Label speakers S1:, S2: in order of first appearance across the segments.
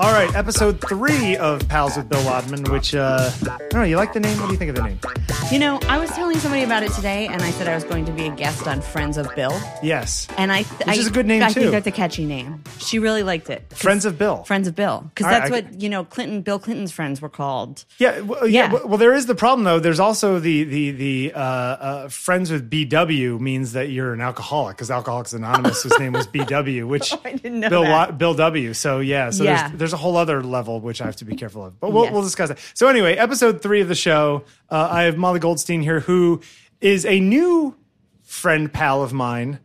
S1: All right, episode three of Pals with Bill Wadman, which, uh, I don't know, you like the name? What do you think of the name?
S2: You know, I was telling somebody about it today, and I said I was going to be a guest on Friends of Bill,
S1: Yes.
S2: and I th-
S1: Which is a good name,
S2: I
S1: too.
S2: think that's a catchy name. She really liked it. 'Cause-
S1: Friends of Bill.
S2: Friends of Bill, because
S1: All right,
S2: that's
S1: I-
S2: what you know. Clinton, Bill Clinton's friends were called.
S1: Yeah, well, yeah.
S2: Yeah.
S1: Well, well, there is the problem though. There's also the the the uh, uh, friends with BW means that you're an alcoholic because Alcoholics Anonymous, whose name was BW, which
S2: I didn't know
S1: Bill
S2: that.
S1: Wa- Bill W. So yeah, so
S2: Yeah.
S1: There's, there's a whole other level which I have to be careful of. But we'll
S2: Yes.
S1: we'll discuss that. So anyway, episode three of the show. Uh, I have Molly Goldstein here, who is a new friend pal of mine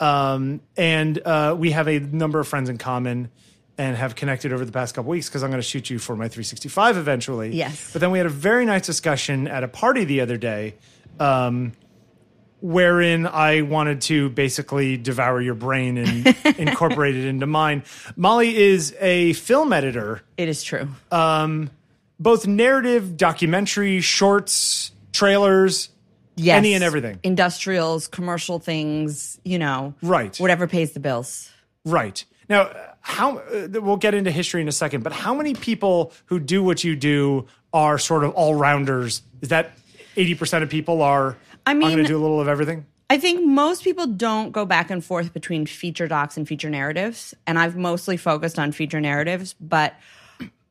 S1: um, and uh, we have a number of friends in common and have connected over the past couple weeks because I'm going to shoot you for my 365 eventually.
S2: Yes.
S1: But then we had a very nice discussion at a party the other day, um, wherein I wanted to basically devour your brain and incorporate it into mine. Molly is a film editor,
S2: It is true.
S1: both narrative, documentary, shorts, trailers.
S2: yes,
S1: Uh, any and everything.
S2: Industrials, commercial things. You know,
S1: Right.
S2: Whatever pays the bills.
S1: Right. Now, uh, how uh, we'll get into history in a second, but how many people who do what you do are sort of all rounders? Is that 80% of people are
S2: I
S1: I'm going
S2: mean-
S1: to do a little of everything?
S2: I think most people don't go back and forth between feature docs and feature narratives. And I've mostly focused on feature narratives, but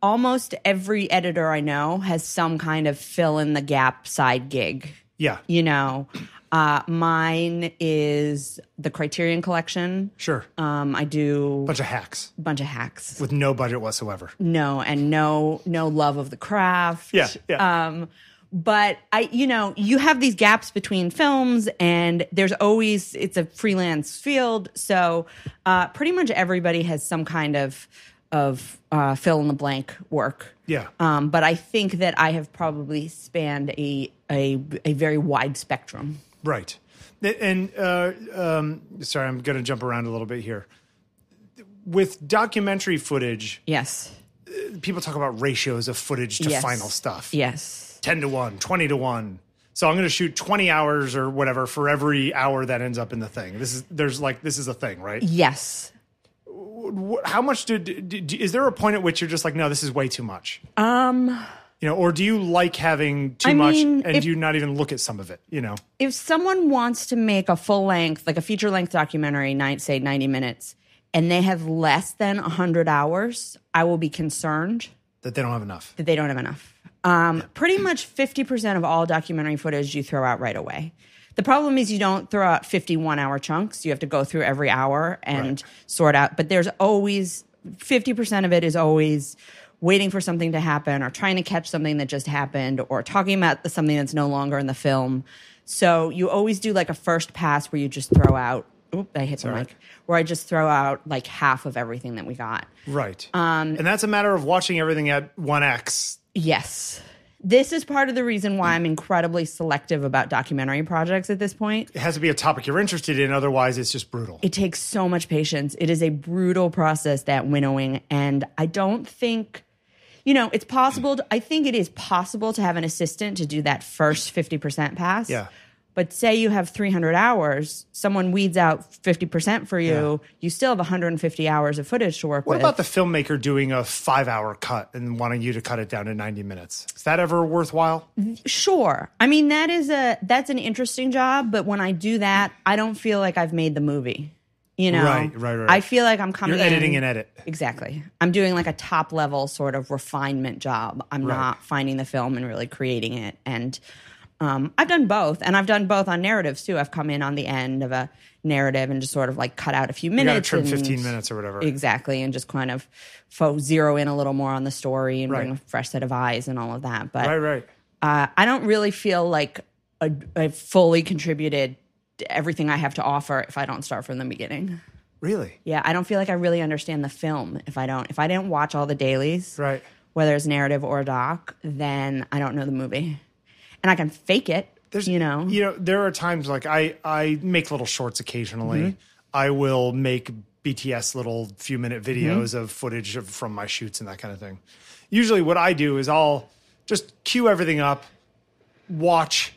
S2: almost every editor I know has some kind of fill in the gap side gig.
S1: Yeah.
S2: You know, uh, mine is the Criterion Collection.
S1: Sure.
S2: Um, I do
S1: Bunch of hacks
S2: a bunch of hacks.
S1: with no budget whatsoever.
S2: No, and no, no love of the craft.
S1: Yeah, yeah.
S2: Um, but I, you know, you have these gaps between films, and there's always it's a freelance field, so uh, pretty much everybody has some kind of of uh, fill in the blank work.
S1: Yeah.
S2: Um, but I think that I have probably spanned a a, a very wide spectrum.
S1: Right. Th- And uh, um, sorry, I'm going to jump around a little bit here. With documentary footage,
S2: Yes.
S1: people talk about ratios of footage to
S2: yes.
S1: final stuff.
S2: Yes.
S1: 10 to 1, 20 to 1. So I'm going to shoot 20 hours or whatever for every hour that ends up in the thing. This is there's like this is a thing, right?
S2: Yes.
S1: Wh- How much did, did is there a point at which you're just like no, this is way too much? Um you know, or do you like having too
S2: I
S1: much
S2: mean,
S1: and
S2: if-
S1: you not even look at some of it, you know?
S2: if someone wants to make a full length, like a feature length documentary, nine, say 90 minutes, and they have less than 100 hours, I will be concerned
S1: That they don't have enough.
S2: that they don't have enough. Um, pretty much 50% of all documentary footage you throw out right away. The problem is you don't throw out 51 hour chunks. You have to go through every hour and
S1: Right.
S2: sort out, but there's always 50% of it is always waiting for something to happen or trying to catch something that just happened or talking about the- something that's no longer in the film. So you always do like a first pass where you just throw out, oop, I hit the mic, where I just throw out like half of everything that we got.
S1: Right. Um and that's a matter of watching everything at 1x.
S2: Yes. This is part of the reason why I'm incredibly selective about documentary projects at this point.
S1: It has to be a topic you're interested in otherwise it's just brutal.
S2: It takes so much patience. It is a brutal process, that winnowing. And I don't think, you know, it's possible. To, I think it is possible to have an assistant to do that first 50% pass.
S1: Yeah.
S2: But say you have 300 hours, someone weeds out 50% for you, you still have 150 hours of footage to work
S1: What
S2: with.
S1: about the filmmaker doing a five hour cut and wanting you to cut it down to 90 minutes? Is that ever worthwhile?
S2: sure i mean that is a that's an interesting job but when i do that i don't feel like i've made the movie you know
S1: Right, right, right.
S2: i feel like i'm coming
S1: You're editing
S2: in,
S1: an edit.
S2: exactly i'm doing like a top level sort of refinement job i'm not finding the film and really creating it and um, i've done both and i've done both on narratives too i've come in on the end of a narrative and just sort of like cut out a few
S1: You got
S2: minutes
S1: to trim
S2: and-
S1: 15 minutes or whatever.
S2: Exactly, and just kind of fo- zero in a little more on the story and bring
S1: Right.
S2: a fresh set of eyes and all of that. But
S1: Right, right.
S2: uh, I don't really feel like I I fully contributed to everything I have to offer if I don't start from the beginning.
S1: Really?
S2: Yeah, I don't feel like I really understand the film if I don't if I didn't watch all the dailies,
S1: Right.
S2: whether it's narrative or doc, then I don't know the movie, and I can fake it.
S1: There's,
S2: you know,
S1: you know, there are times like I, I make little shorts occasionally.
S2: Mm-hmm.
S1: I will make BTS little few minute videos
S2: Mm-hmm.
S1: of footage of, from my shoots and that kind of thing. Usually, what I do is I'll just cue everything up, watch.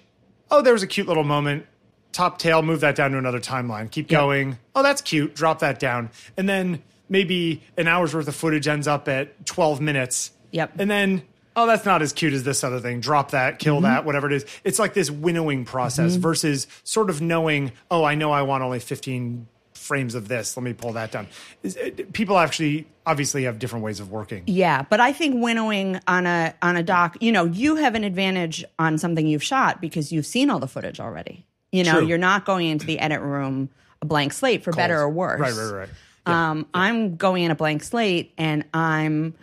S1: Oh, there was a cute little moment. Top tail, move that down to another timeline. Keep going. Oh, that's cute. Drop that down, and then maybe an hour's worth of footage ends up at 12 minutes.
S2: Yep.
S1: And then, oh, that's not as cute as this other thing. Drop that,
S2: Mm-hmm.
S1: kill that, whatever it is. It's like this winnowing process versus sort of knowing, oh, I know I want only 15 frames of this. Let me pull that down. Is- it- People actually obviously have different ways of working.
S2: Yeah, but I think winnowing on a on a doc, you know, you have an advantage on something you've shot because you've seen all the footage already. You know,
S1: True.
S2: you're not going into the edit room a blank slate for better or worse.
S1: Right, right, right.
S2: Um, I'm going in a blank slate and I'm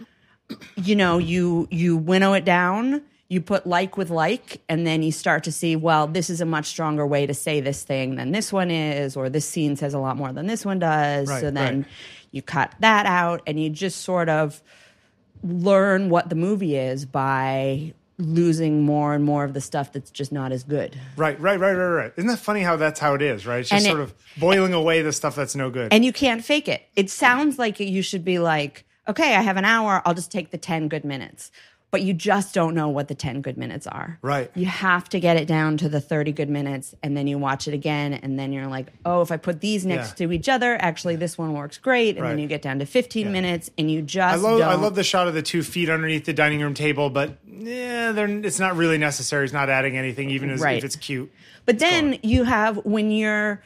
S2: you know, you you winnow it down, you put like with like, and then you start to see, well, this is a much stronger way to say this thing than this one is, or this scene says a lot more than this one does.
S1: Right,
S2: so then
S1: right.
S2: you cut that out and you just sort of learn what the movie is by losing more and more of the stuff that's just not as good.
S1: Right, right, right, right, right. Isn't that funny how that's how it is, right? It's just
S2: And it-
S1: sort of boiling away the stuff that's no good.
S2: and you can't fake it. It sounds like you should be like, okay, I have an hour, I'll just take the 10 good minutes. But you just don't know what the 10 good minutes are.
S1: Right.
S2: You have to get it down to the 30 good minutes and then you watch it again. And then you're like, oh, if I put these next
S1: Yeah.
S2: to each other, actually this one works great. And
S1: Right.
S2: then you get down to 15 minutes and you just.
S1: I love
S2: don't.
S1: I love the shot of the two feet underneath the dining room table, but yeah, they're, it's not really necessary. It's not adding anything, even as,
S2: Right.
S1: if it's cute.
S2: But then you have when you're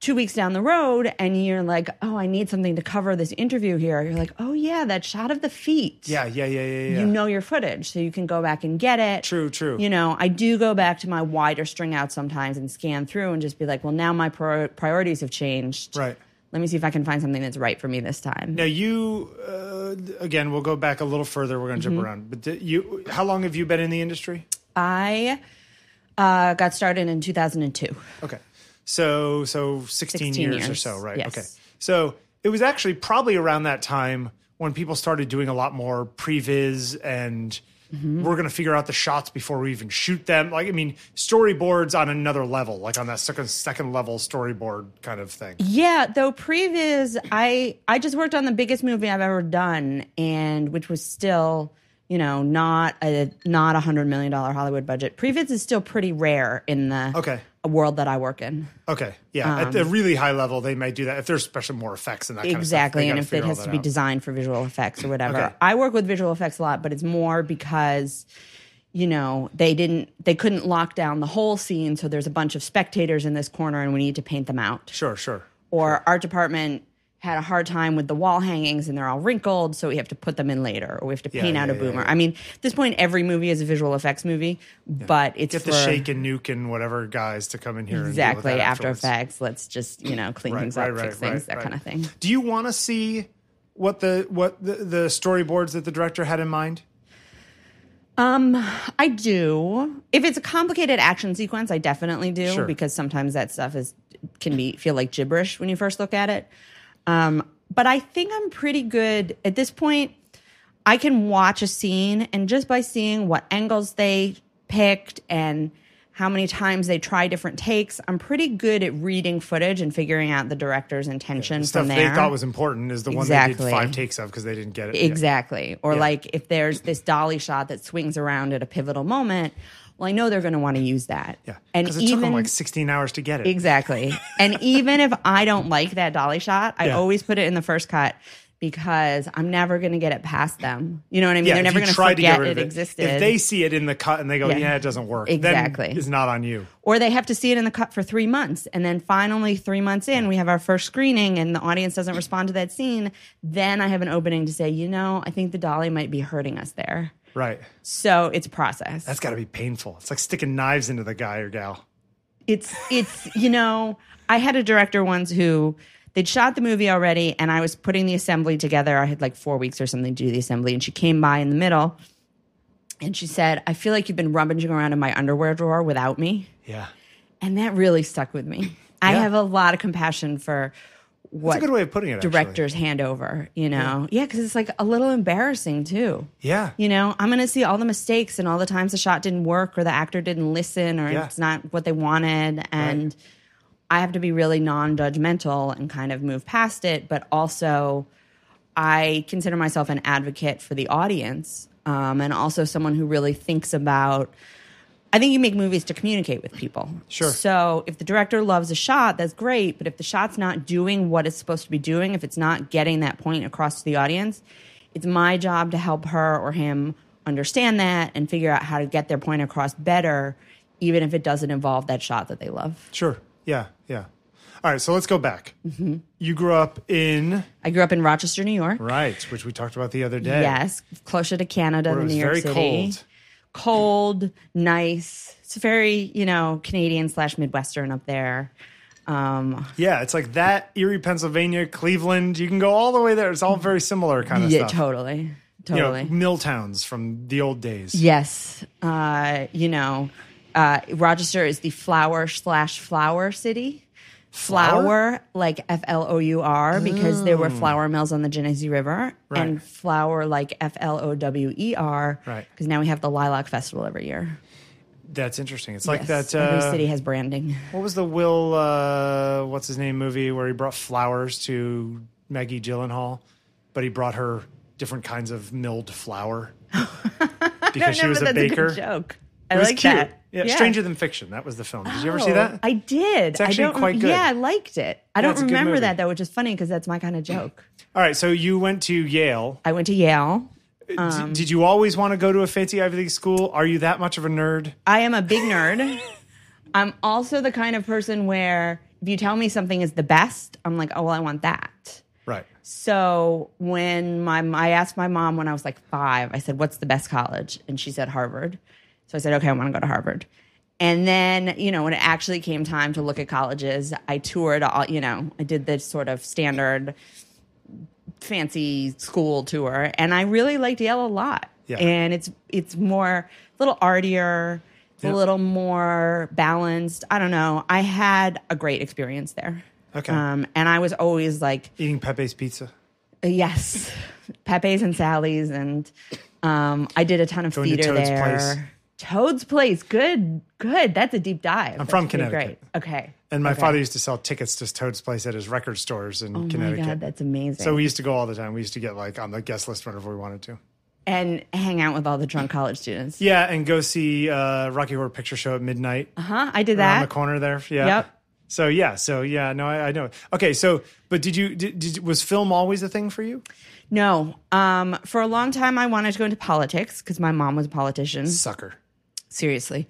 S2: two weeks down the road and you're like, oh, I need something to cover this interview here. You're like, oh, yeah, that shot of the feet.
S1: Yeah, yeah, yeah, yeah, yeah.
S2: you know your footage so you can go back and get it
S1: True, true.
S2: you know i do go back to my wider string out sometimes and scan through and just be like well now my prior- priorities have changed
S1: Right.
S2: let me see if i can find something that's right for me this time
S1: Now you uh, again, we'll go back a little further. We're going to
S2: Mm-hmm.
S1: jump around, but di- you, how long have you been in the industry?
S2: i uh, got started in 2002
S1: Okay, so so sixteen
S2: 16
S1: years, or
S2: years,
S1: so, right?
S2: yes.
S1: Okay, so it was actually probably around that time when people started doing a lot more previs and.
S2: Mm-hmm.
S1: We're gonna figure out the shots before we even shoot them. Like, I mean, storyboards on another level, like on that second second level storyboard kind of thing.
S2: yeah though previz i i just worked on the biggest movie i've ever done and which was still you know not a not a hundred million dollar hollywood budget previz is still pretty rare in the
S1: Okay.
S2: world that i work in
S1: Okay, yeah, at
S2: Um,
S1: the really high level, they might do that if there's special more effects and that kind
S2: exactly
S1: of
S2: and
S1: stuff.
S2: if
S1: They
S2: it
S1: gotta figure all
S2: has to
S1: that
S2: be
S1: out.
S2: designed for visual effects or whatever
S1: Okay.
S2: i work with visual effects a lot but it's more because you know they didn't they couldn't lock down the whole scene so there's a bunch of spectators in this corner and we need to paint them out
S1: Sure, sure.
S2: or art department had a hard time with the wall hangings and they're all wrinkled so we have to put them in later or we have to paint out
S1: yeah,
S2: a
S1: yeah,
S2: boomer
S1: yeah.
S2: i mean at this point every movie is a visual effects movie but it's
S1: Get
S2: for,
S1: the shake and nuke and whatever guys to come in here. and deal with
S2: exactly
S1: that
S2: after
S1: afterwards.
S2: effects let's just you know clean
S1: Right,
S2: things
S1: right,
S2: up
S1: right,
S2: fix things
S1: right,
S2: that
S1: right.
S2: kind of thing
S1: Do you want to see what the what the, the storyboards that the director had in mind?
S2: I do. If it's a complicated action sequence, I definitely do
S1: Sure.
S2: because sometimes that stuff is can be feel like gibberish when you first look at it. Um, but I think I'm pretty good at this point. I can watch a scene and just by seeing what angles they picked and how many times they try different takes, I'm pretty good at reading footage and figuring out the director's intention
S1: Stuff
S2: from there.
S1: they thought was important is the one
S2: Exactly.
S1: they did five takes of because they didn't get it. Yeah.
S2: Exactly. Or like if there's this dolly shot that swings around at a pivotal moment, well, I know they're going to want to use that.
S1: Yeah,
S2: And
S1: because it took
S2: even
S1: them like sixteen hours to get it.
S2: exactly. and even if I don't like that dolly shot, I
S1: Yeah.
S2: always put it in the first cut because I'm never going to get it past them. You know what I mean?
S1: Yeah,
S2: they're
S1: if
S2: never
S1: you
S2: going to
S1: tried to
S2: forget
S1: get rid
S2: it,
S1: of it,
S2: existed.
S1: If they see it in the cut and they go, "Yeah,
S2: Yeah.
S1: it doesn't work,"
S2: Exactly.
S1: then it's not on you.
S2: or they have to see it in the cut for three months. And then finally, three months in, we have our first screening and the audience doesn't respond to that scene. Then I have an opening to say, you know, I think the dolly might be hurting us there.
S1: Right?
S2: So it's a process.
S1: That's got to be painful. It's like sticking knives into the guy or gal.
S2: it's it's you know i had a director once who they'd shot the movie already and i was putting the assembly together i had like four weeks or something to do the assembly and she came by in the middle and she said i feel like you've been rummaging around in my underwear drawer without me
S1: Yeah,
S2: and that really stuck with me i
S1: Yeah.
S2: have a lot of compassion for what
S1: that's a good way of putting it. actually.
S2: directors hand over you know yeah because it's like a little embarrassing too
S1: Yeah.
S2: you know, I'm going to see all the mistakes and all the times the shot didn't work or the actor didn't listen or
S1: Yeah.
S2: it's not what they wanted. And I have to be really non judgmental and kind of move past it. But also, I consider myself an advocate for the audience um, and also someone who really thinks about I think you make movies to communicate with people.
S1: Sure.
S2: So if the director loves a shot, that's great. But if the shot's not doing what it's supposed to be doing, if it's not getting that point across to the audience, it's my job to help her or him understand that and figure out how to get their point across better, even if it doesn't involve that shot that they love.
S1: Sure. Yeah. Yeah. All right. So let's go back.
S2: Mm-hmm.
S1: You grew up in
S2: I grew up in Rochester, New York.
S1: right, which we talked about the other day.
S2: Yes, closer to Canada
S1: Where it
S2: than
S1: was
S2: New York
S1: very
S2: City.
S1: cold.
S2: cold, nice. It's very, you know, Canadian slash Midwestern up there. Um,
S1: Yeah, it's like that Erie, Pennsylvania, Cleveland. You can go all the way there. It's all very similar kind of
S2: yeah,
S1: stuff.
S2: totally,
S1: You know,
S2: totally.
S1: mill towns from the old days.
S2: yes, uh, you know, uh, Rochester is the flower slash flower city. Flour, like F L O U R, because there were flour mills on the Genesee River,
S1: Oh. Right.
S2: and flour, like F L O W E R,
S1: Right.
S2: Because now we have the Lilac Festival every year.
S1: That's interesting. It's like
S2: Yes,
S1: that. Uh,
S2: every city has branding.
S1: What was the Will? Uh, what's his name? Movie where he brought flowers to Maggie Gyllenhaal, but he brought her different kinds of milled flour because she was a
S2: that's
S1: baker.
S2: good joke. I
S1: It was
S2: like
S1: cute.
S2: that.
S1: Yeah, Stranger Than Fiction. That was the film. Did you ever see
S2: Oh,
S1: that?
S2: I did. It's
S1: actually
S2: I don't,
S1: quite good.
S2: Yeah, I liked it. I
S1: it's
S2: don't
S1: a good
S2: remember
S1: movie.
S2: that though, which is funny because that's my kind of joke.
S1: All right. So you went to Yale.
S2: I went to Yale.
S1: D-
S2: Um,
S1: did you always want to go to a fancy Ivy League school? Are you that much of a nerd?
S2: I am a big nerd. I'm also the kind of person where if you tell me something is the best, I'm like, oh well, I want that.
S1: Right.
S2: So when my I asked my mom when I was like five, I said, "What's the best college?" And she said Harvard. So I said, "Okay, I want to go to Harvard." And then you know when it actually came time to look at colleges, I toured all. You know, I did this sort of standard fancy school tour, and I really liked Yale a lot.
S1: Yeah.
S2: And it's it's more a little artier. It's
S1: Yeah.
S2: a little more balanced. I don't know. I had a great experience there.
S1: Okay.
S2: Um, and I was always like
S1: Eating Pepe's pizza.
S2: Yes, Pepe's and Sally's, and um, I did a ton of
S1: Going to
S2: theater
S1: Toad's
S2: there.
S1: Place.
S2: Toad's Place, good, good. That's a deep dive. I'm
S1: from Connecticut.
S2: Great. Okay.
S1: And my
S2: Okay.
S1: father used to sell tickets to Toad's Place at his record stores in
S2: Oh my
S1: Connecticut.
S2: god, that's amazing.
S1: so we used to go all the time. We used to get like on the guest list whenever we wanted to.
S2: and hang out with all the drunk college students.
S1: Yeah, and go see uh, Rocky Horror Picture Show at midnight
S2: Huh? I did
S1: around the
S2: that.
S1: corner there. Yeah.
S2: Uh-huh. Yep.
S1: So yeah, so yeah, no, I, I know. Okay, so but did you did, did was film always a thing for you?
S2: No, um, for a long time I wanted to go into politics because my mom was a politician.
S1: Sucker.
S2: seriously.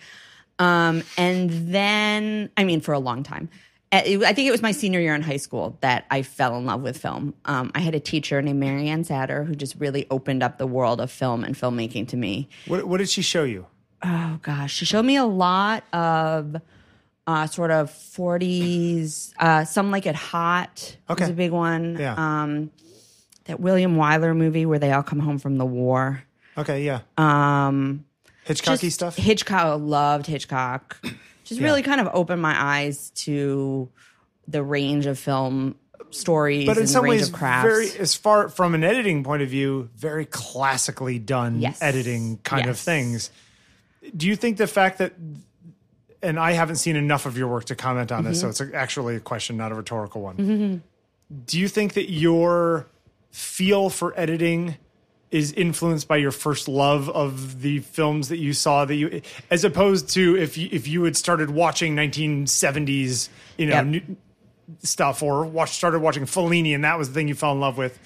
S2: Um, and then, I mean, for a long time. Uh, it- I think it was my senior year in high school that I fell in love with film. Um, I had a teacher named Marianne Satter who just really opened up the world of film and filmmaking to me.
S1: What what did she show you?
S2: Oh gosh, she showed me a lot of uh, sort of 40s. Uh, Some like it hot
S1: Okay.
S2: was a big one.
S1: Yeah.
S2: Um, that William Wyler movie where they all come home from the war.
S1: Okay, yeah.
S2: Um,
S1: Hitchcocky
S2: just
S1: stuff?
S2: Hitchcock loved Hitchcock. Just really kind of opened my eyes to the range of film stories
S1: but in
S2: and
S1: some
S2: range
S1: ways,
S2: of crafts.
S1: very as far from an editing point of view, very classically done
S2: Yes.
S1: editing kind of
S2: Yes.
S1: things. Do you think the fact that, and I haven't seen enough of your work to comment on this, so
S2: Mm-hmm.
S1: it's a- actually a question, not a rhetorical one. Do you think that your feel for editing is influenced by your first love of the films that you saw that you, as opposed to if you, if you had started watching 1970s, you know,
S2: Yep.
S1: new, stuff or watch, started watching Fellini and that was the thing you fell in love with,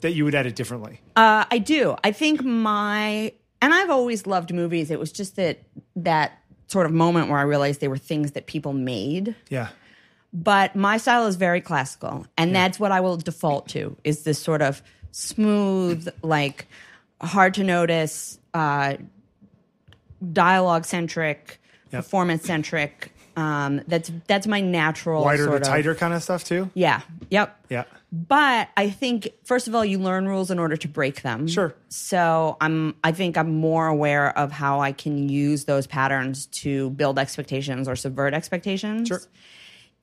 S1: that you would edit differently.
S2: Uh, I do. I think my and I've always loved movies. It was just that that sort of moment where I realized they were things that people made.
S1: yeah.
S2: but my style is very classical and that's what i will default to is this sort of smooth like hard to notice uh, dialogue centric performance centric um, that's that's my natural
S1: Wider to
S2: sort of-
S1: tighter kind of stuff too.
S2: yeah yep
S1: Yeah.
S2: but I think first of all, you learn rules in order to break them.
S1: Sure.
S2: So I'm I think I'm more aware of how I can use those patterns to build expectations or subvert expectations.
S1: Sure.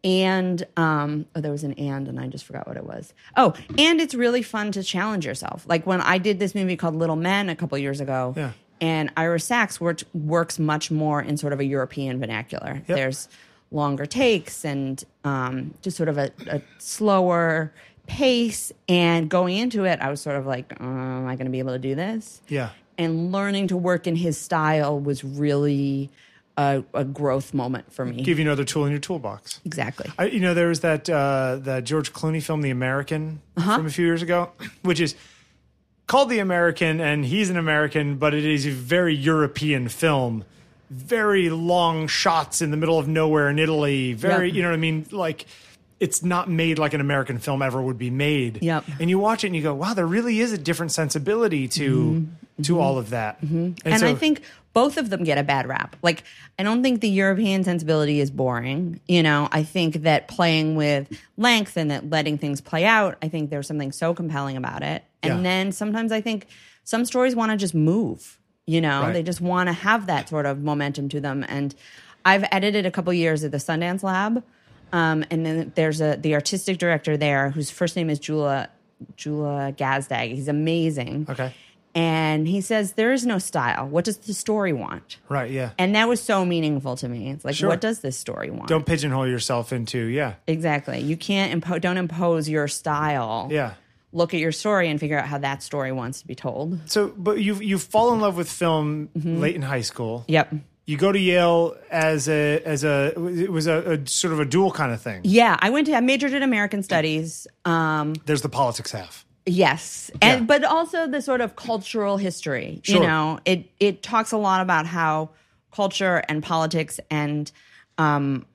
S2: And um, oh, there was an and, and I just forgot what it was. Oh, and it's really fun to challenge yourself. Like when I did this movie called Little Men a couple years ago,
S1: Yeah.
S2: and Ira Sachs worked, works much more in sort of a European vernacular. There's longer takes and um, just sort of a, a slower pace. And going into it, I was sort of like, uh, am I going to be able to do this?
S1: Yeah.
S2: And learning to work in his style was really a, a growth moment for me.
S1: Give you another tool in your toolbox.
S2: exactly.
S1: I, you know, there was that uh, that George Clooney film, The American,
S2: Uh-huh.
S1: from a few years ago, which is called The American, and he's an American, but it is a very European film. Very long shots in the middle of nowhere in Italy. Very,
S2: Yep.
S1: you know what I mean? Like, it's not made like an American film ever would be made.
S2: Yep.
S1: And you watch it and you go, wow, there really is a different sensibility to to all of that. And,
S2: Mm-hmm. and I
S1: so-
S2: think both of them get a bad rap. Like, I don't think the European sensibility is boring. You know, I think that playing with length and that letting things play out, I think there's something so compelling about it. And
S1: Yeah.
S2: then sometimes I think some stories want to just move, you know,
S1: Right.
S2: they just want to have that sort of momentum to them. And I've edited a couple years at the Sundance Lab. Um, and then there's a the artistic director there whose first name is Jula Jula Gazdag. He's amazing.
S1: Okay.
S2: And he says, There is no style. What does the story want?
S1: Right. Yeah.
S2: And that was so meaningful to me. It's like,
S1: Sure.
S2: what does this story want?
S1: Don't pigeonhole yourself into, yeah.
S2: exactly. You can't impose, don't impose your style.
S1: Yeah.
S2: Look at your story and figure out how that story wants to be told.
S1: So, but you you fall in love with film
S2: Mm-hmm.
S1: late in high school.
S2: Yep.
S1: You go to Yale as a as a it was a, a sort of a dual kind of thing.
S2: Yeah. I went to, I majored in American studies. Um,
S1: There's the politics half.
S2: Yes, and
S1: Yeah.
S2: but also the sort of cultural history.
S1: Sure.
S2: You know, it it talks a lot about how culture and politics and um,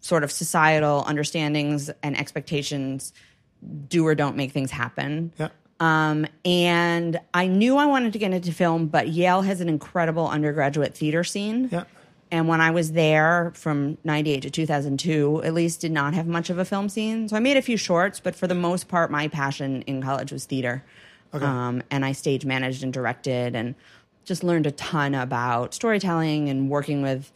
S2: sort of societal understandings and expectations do or don't make things happen.
S1: Yeah.
S2: Um, and I knew I wanted to get into film, but Yale has an incredible undergraduate theater scene.
S1: Yeah.
S2: And when I was there from 98 to 2002, at least did not have much of a film scene. So I made a few shorts, but for the most part, my passion in college was theater. Um, and I stage managed and directed and just learned a ton about storytelling and working with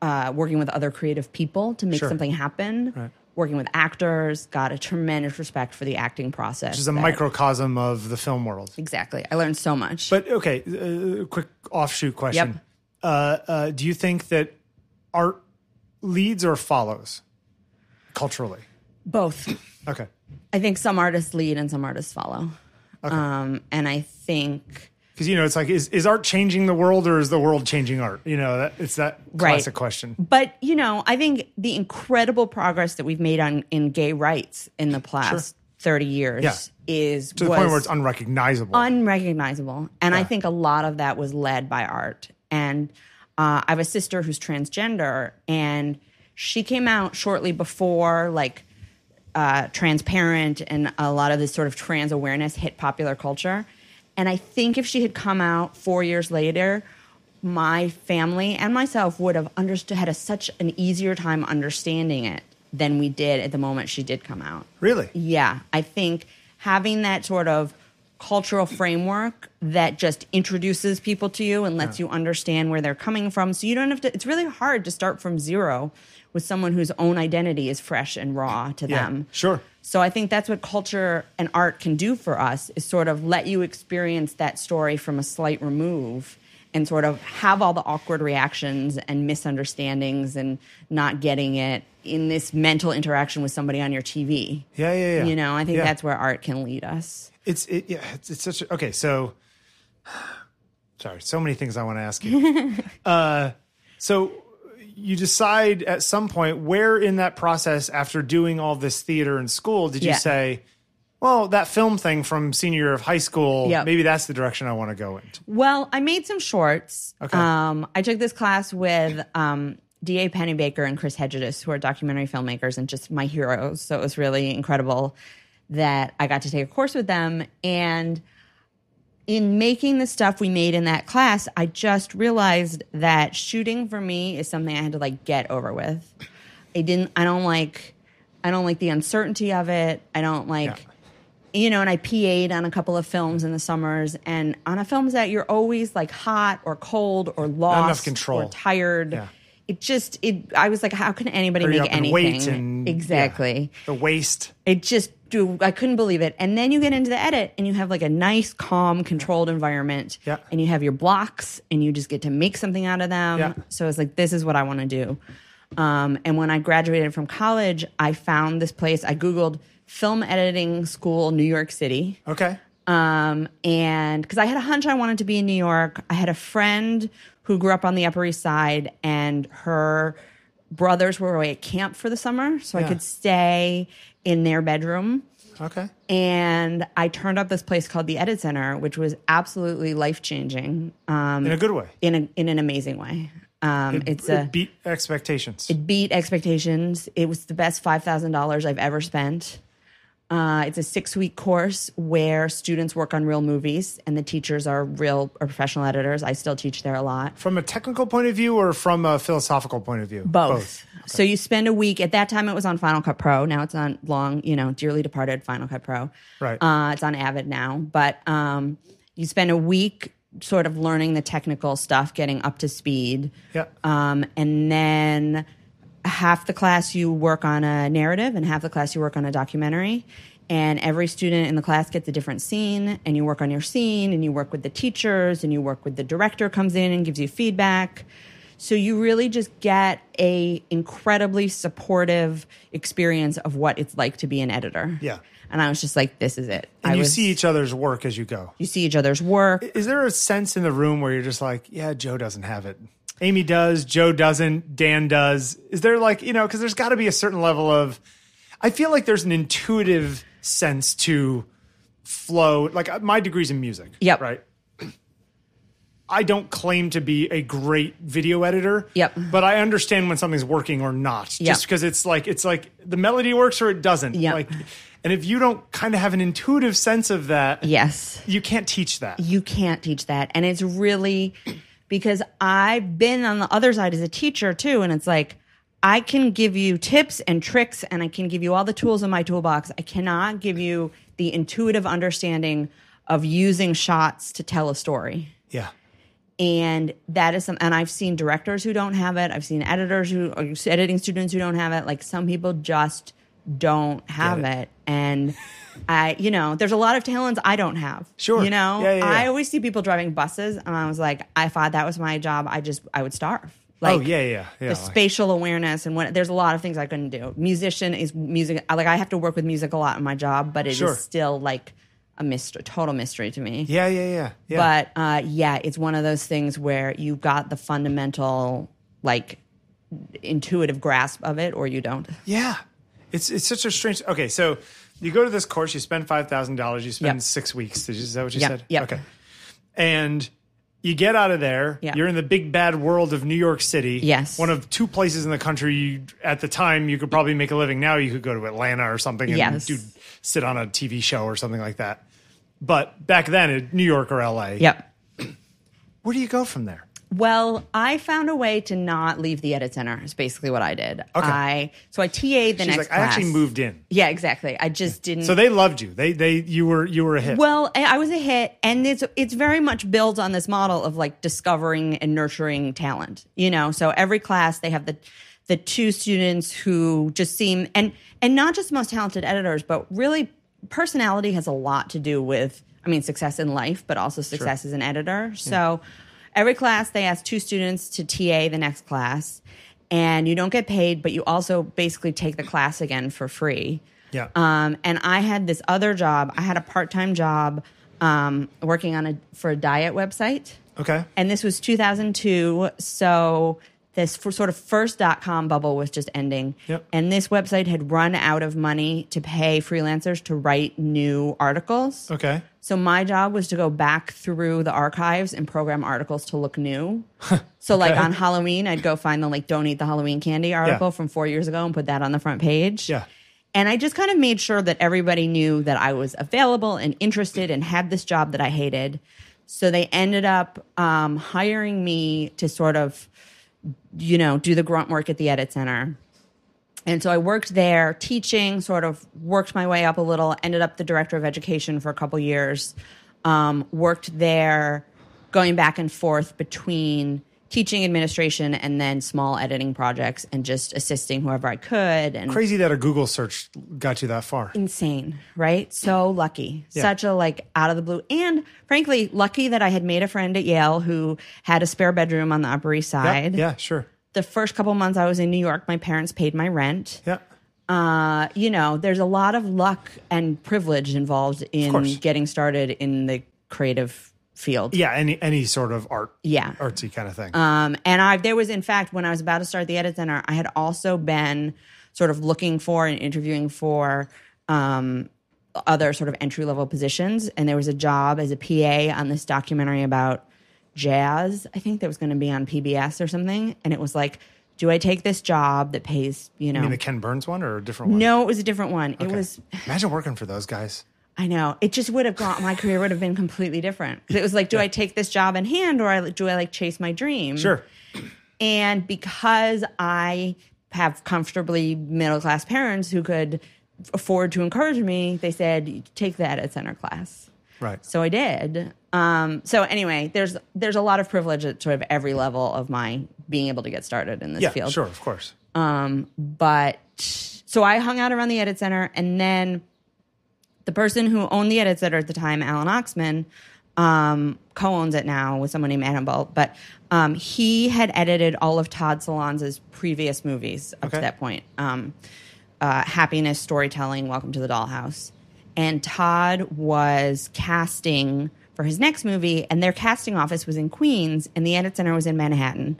S2: uh, working with other creative people to make
S1: Sure.
S2: something happen. Working with actors, got a tremendous respect for the acting process.
S1: Which is a
S2: that-
S1: microcosm of the film world.
S2: Exactly. I learned so much.
S1: But okay, uh, quick offshoot question.
S2: Yep.
S1: Uh, uh, do you think that art leads or follows culturally?
S2: Both.
S1: Okay.
S2: I think some artists lead and some artists follow. Um, and I think
S1: Because you know, it's like, is, is art changing the world, or is the world changing art? You know, that, it's that
S2: Right.
S1: classic question.
S2: but you know, I think the incredible progress that we've made on in gay rights in the past 30 years
S1: Yeah.
S2: is
S1: To the
S2: was
S1: point where it's unrecognizable.
S2: unrecognizable. And I think a lot of that was led by art. And uh, I have a sister who's transgender, and she came out shortly before like uh, transparent and a lot of this sort of trans awareness hit popular culture. And I think if she had come out four years later, my family and myself would have understood had a, such an easier time understanding it than we did at the moment she did come out.
S1: really?
S2: Yeah, I think having that sort of cultural framework that just introduces people to you and lets you understand where they're coming from. So you don't have to, it's really hard to start from zero with someone whose own identity is fresh and raw to
S1: Yeah.
S2: them.
S1: Sure.
S2: So I think that's what culture and art can do for us is sort of let you experience that story from a slight remove and sort of have all the awkward reactions and misunderstandings and not getting it in this mental interaction with somebody on your TV.
S1: Yeah, yeah, yeah.
S2: You know, I think
S1: Yeah.
S2: that's where art can lead us.
S1: It's it yeah, it's, it's such a, okay, so sorry, so many things I want to ask you. uh so you decide at some point where in that process after doing all this theater in school did you
S2: Yeah.
S1: say well, that film thing from senior year of high school,
S2: Yep.
S1: maybe that's the direction I want to go in.
S2: Well, I made some shorts.
S1: Okay.
S2: Um, I took this class with um, D.A. Pennybaker and Chris Hedges, who are documentary filmmakers and just my heroes. So it was really incredible that I got to take a course with them. And in making the stuff we made in that class, I just realized that shooting for me is something I had to like get over with. I didn't. I don't like. I don't like the uncertainty of it. I don't like you know, and I PA'd on a couple of films in the summers. And on a film set, you're always like hot or cold or lost
S1: control.
S2: or tired.
S1: Yeah.
S2: It just, it. I was like, how can anybody
S1: Hurry
S2: make
S1: up and
S2: anything?
S1: wait and yeah.
S2: exactly.
S1: The waste.
S2: It just, dude, I couldn't believe it. And then you get into the edit and you have like a nice, calm, controlled environment.
S1: Yeah.
S2: And you have your blocks and you just get to make something out of them.
S1: Yeah.
S2: So it's like, this is what I want to do. Um, and when I graduated from college, I found this place. I Googled film editing school, New York City
S1: Okay.
S2: Um, and because I had a hunch I wanted to be in New York, I had a friend who grew up on the Upper East Side, and her brothers were away at camp for the summer, so I
S1: Yeah.
S2: could stay in their bedroom.
S1: Okay.
S2: And I turned up this place called the Edit Center, which was absolutely life changing. Um,
S1: In a good way.
S2: in a, in an amazing way. Um, it's a
S1: it beat expectations.
S2: beat expectations. It was the best five thousand dollars I've ever spent. Uh, it's a six week course where students work on real movies, and the teachers are real or professional editors. I still teach there a lot.
S1: from a technical point of view or from a philosophical point of view?
S2: Both. So you spend a week. At that time, it was on Final Cut Pro. Now it's on long, you know, dearly departed Final Cut Pro.
S1: Right.
S2: Uh, it's on Avid now, but um, you spend a week sort of learning the technical stuff, getting up to speed.
S1: Yeah.
S2: Um, and then half the class you work on a narrative, and half the class you work on a documentary. And every student in the class gets a different scene, and you work on your scene, and you work with the teachers, and you work with the director comes in and gives you feedback. So you really just get a incredibly supportive experience of what it's like to be an editor.
S1: Yeah.
S2: And I was just like, this is it.
S1: And
S2: I
S1: you
S2: was-
S1: see each other's work as you go.
S2: you see each other's work.
S1: Is there a sense in the room where you're just like, yeah, Joe doesn't have it? Amy does, Joe doesn't, Dan does. Is there like, you know, because there's got to be a certain level of, I feel like there's an intuitive sense to flow. Like uh, my degree's in music.
S2: Yep.
S1: Right. I don't claim to be a great video editor.
S2: Yep.
S1: But I understand when something's working or not.
S2: Yep.
S1: Just because it's like it's like the melody works or it doesn't.
S2: Yep.
S1: Like and if you don't kind of have an intuitive sense of that,
S2: Yes.
S1: you can't teach that.
S2: you can't teach that and it's really because i've been on the other side as a teacher too and it's like i can give you tips and tricks and i can give you all the tools in my toolbox i cannot give you the intuitive understanding of using shots to tell a story
S1: Yeah.
S2: and that is some and i've seen directors who don't have it i've seen editors who or editing students who don't have it like some people just don't have it.
S1: Get it.
S2: and i you know there's a lot of talents i don't have
S1: Sure.
S2: you know
S1: Yeah, yeah, yeah.
S2: i always see people driving buses and i was like i thought that was my job i just i would starve like
S1: oh yeah, yeah, yeah.
S2: the spatial awareness and what there's a lot of things I couldn't do. Musician is music like I have to work with music a lot in my job, but it is
S1: Sure.
S2: still like a mystery, total mystery to me.
S1: yeah, yeah, yeah, yeah.
S2: But uh, yeah, it's one of those things where you've got the fundamental, like, intuitive grasp of it, or you don't.
S1: yeah, it's it's such a strange. Okay, so you go to this course, you spend five thousand dollars, you spend
S2: Yep.
S1: six weeks. Did you, is that what you
S2: Yep,
S1: said?
S2: yep.
S1: Okay, and you get out of there.
S2: Yeah.
S1: You're in the big bad world of New York City.
S2: Yes.
S1: one of two places in the country you, at the time you could probably make a living. Now you could go to Atlanta or something and
S2: Yes.
S1: do sit on a TV show or something like that. But back then, it, New York or LA.
S2: Yep.
S1: Where do you go from there?
S2: Well, I found a way to not leave the edit center. Is basically what I did. I so I TA'd
S1: She's
S2: the next
S1: like,
S2: class.
S1: I actually moved in.
S2: Yeah, exactly. I just didn't.
S1: So they loved you. They they you were you were a hit.
S2: Well, eh, I I was a hit, and it's it's very much built on this model of like discovering and nurturing talent. You know, so every class they have the the two students who just seem and and not just most talented editors, but really personality has a lot to do with I mean success in life, but also success as an editor. So every class they ask two students to TA the next class, and you don't get paid, but you also basically take the class again for free.
S1: yeah.
S2: Um, and I had this other job. I had a part time job um, working on a for a diet website,
S1: okay.
S2: and this was 2002. So this for sort of first dot com bubble was just ending,
S1: Yep.
S2: and this website had run out of money to pay freelancers to write new articles.
S1: Okay.
S2: So my job was to go back through the archives and program articles to look new. so like on Halloween, I'd go find the like "Don't Eat the Halloween Candy" article from four years ago and put that on the front page.
S1: Yeah.
S2: And I just kind of made sure that everybody knew that I was available and interested and had this job that I hated. So they ended up um, hiring me to sort of, you know, do the grunt work at the edit center. And so I worked there teaching, sort of worked my way up a little, ended up the director of education for a couple years, um, worked there going back and forth between teaching administration and then small editing projects and just assisting whoever I could and
S1: Crazy that a Google search got you that far.
S2: insane, right? So lucky. Such a like out of the blue. And frankly, lucky that I had made a friend at Yale who had a spare bedroom on the Upper East
S1: Yeah,
S2: Side.
S1: yeah, sure.
S2: The first couple months I was in New York, my parents paid my rent.
S1: Yeah.
S2: uh, you know, there's a lot of luck and privilege involved in
S1: course.
S2: getting started in the creative field.
S1: Yeah, any any sort of art,
S2: Yeah.
S1: artsy kind of thing.
S2: Um, and I there was in fact when I was about to start the edit center, I had also been sort of looking for and interviewing for um, other sort of entry level positions, and there was a job as a PA on this documentary about jazz. I think that was going to be on PBS or something, and it was like, do I take this job that pays you know?
S1: I mean, the Ken Burns one or a different one?
S2: no, it was a different one. It was
S1: Imagine working for those guys.
S2: I know. It just would have gone. My career would have been completely different. 'Cause It was like, do I take this job in hand, or I, do I like chase my dream?
S1: Sure.
S2: And because I have comfortably middle class parents who could afford to encourage me, they said, take that at center class.
S1: Right.
S2: So I did. Um, so anyway, there's there's a lot of privilege at sort of every level of my being able to get started in this
S1: Yeah,
S2: field.
S1: sure, of course.
S2: But so I hung out around the edit center, and then the person who owned the edit center at the time, Alan Oxman, um, co-owns it now with someone named Annabelle. But um, he had edited all of Todd Solondz's previous movies up
S1: Okay.
S2: to that point: um, uh, Happiness, Storytelling, Welcome to the Dollhouse. And Todd was casting for his next movie, and their casting office was in Queens, and the edit center was in Manhattan.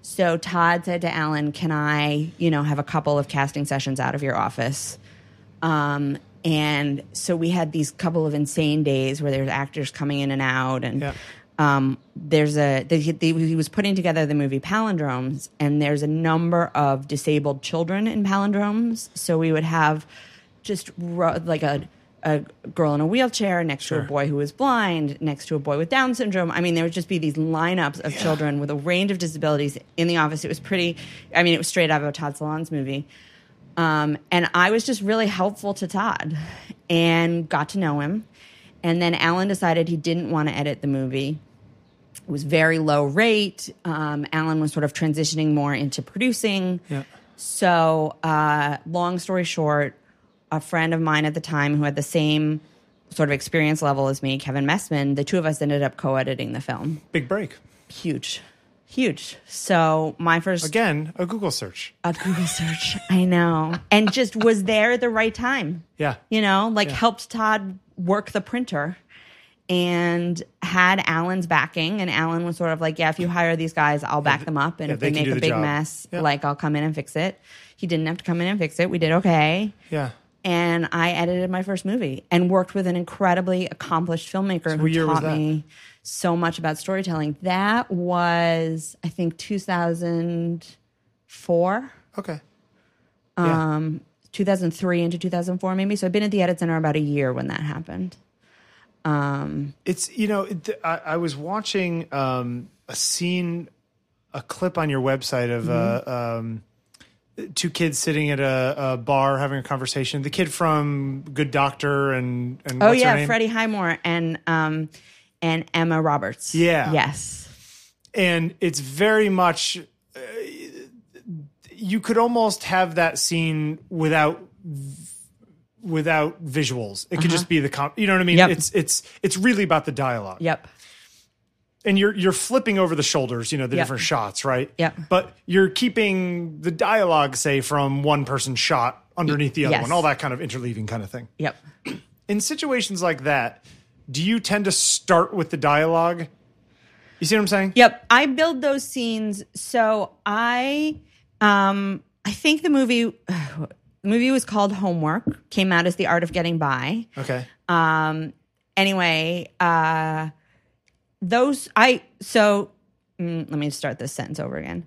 S2: So Todd said to Alan, "Can I, you know, have a couple of casting sessions out of your office?" Um, and so we had these couple of insane days where there's actors coming in and out, and
S1: Yeah.
S2: um, there's a they, they, he was putting together the movie Palindromes, and there's a number of disabled children in Palindromes. So we would have just ro- like a a girl in a wheelchair next to a boy who was blind, next to a boy with Down syndrome. I mean, there would just be these lineups of children with a range of disabilities in the office. It was pretty. I mean, it was straight out of a Todd Salon's movie. Um, and I was just really helpful to Todd and got to know him. And then Alan decided he didn't want to edit the movie. It was very low rate. Um, Alan was sort of transitioning more into producing.
S1: Yeah.
S2: So, uh, long story short, a friend of mine at the time who had the same sort of experience level as me, Kevin Messman, the two of us ended up co editing the film.
S1: Big break.
S2: Huge. Huge. So, my first
S1: Again, a Google search.
S2: a Google search. I know. And just was there at the right time.
S1: Yeah.
S2: You know, like helped Todd work the printer and had Alan's backing. And Alan was sort of like, yeah, if you hire these guys, I'll back them up. And
S1: yeah,
S2: if they,
S1: they can
S2: make
S1: do
S2: a
S1: the
S2: big
S1: job."
S2: mess,
S1: Yeah.
S2: like I'll come in and fix it. He didn't have to come in and fix it. We did okay.
S1: Yeah.
S2: And I edited my first movie and worked with an incredibly accomplished filmmaker who
S1: what year was
S2: taught
S1: that?
S2: me so much about storytelling. That was, I think, 2004.
S1: Okay.
S2: Um,
S1: Yeah.
S2: Mm, 2003 into 2004 maybe so i've been at the edit center about a year when that happened
S1: it's you know it, I, I was watching um, a scene, a clip on your website of
S2: Mm-hmm.
S1: uh, um, two kids sitting at a, a bar having a conversation. The kid from Good Doctor and and
S2: oh
S1: what's her
S2: yeah
S1: name?
S2: freddie highmore and um and emma roberts
S1: Yeah.
S2: yes
S1: and it's very much uh, you could almost have that scene without v- without visuals it could just be the comp you know what i mean
S2: Uh-huh. Yep.
S1: it's it's it's really about the dialogue
S2: yep
S1: and you're you're flipping over the shoulders you know the
S2: Yep.
S1: different shots right
S2: Yep.
S1: but you're keeping the dialogue say from one person's shot underneath the other
S2: yes.
S1: one all that kind of interleaving kind of thing
S2: yep
S1: in situations like that do you tend to start with the dialogue you see what i'm saying
S2: Yep, I build those scenes. So I, um, I think the movie, the movie was called Homework. Came out as The Art of Getting By.
S1: okay
S2: Anyway, uh, those I so mm, let me start this sentence over again.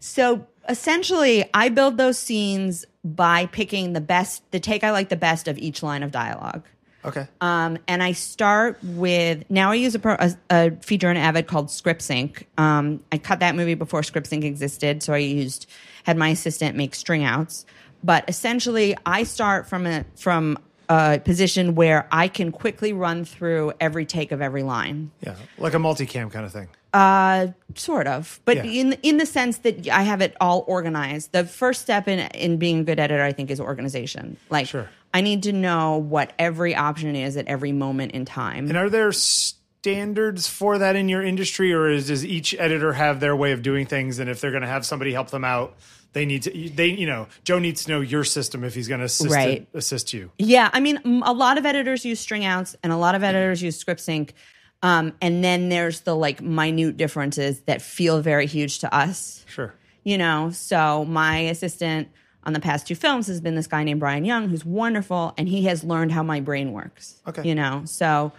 S2: so essentially, I build those scenes by picking the best, the take I like the best of each line of dialogue.
S1: okay
S2: Um, and I start with now I use a, pro, a, a feature in Avid called ScriptSync. Um, I cut that movie before ScriptSync existed, so I used had my assistant make string outs. But essentially, I start from a from a position where I can quickly run through every take of every line,
S1: yeah like a multicam kind of thing
S2: uh, sort of, but
S1: Yeah.
S2: in in the sense that I have it all organized. The first step in in being a good editor, I think, is organization. Like,
S1: Sure.
S2: I need to know what every option is at every moment in time.
S1: And are there st- standards for that in your industry, or is, does each editor have their way of doing things? And if they're going to have somebody help them out, they need to. They you know Joe needs to know your system if he's going to assist
S2: Right.
S1: assist you.
S2: Yeah, I mean, m- a lot of editors use string outs, and a lot of editors use script sync. Um, and then there's the like minute differences that feel very huge to us,
S1: Sure.
S2: you know. So my assistant on the past two films has been this guy named Brian Young, who's wonderful, and he has learned how my brain works.
S1: Okay.
S2: you know. So,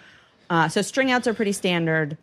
S2: uh, so string outs are pretty standard.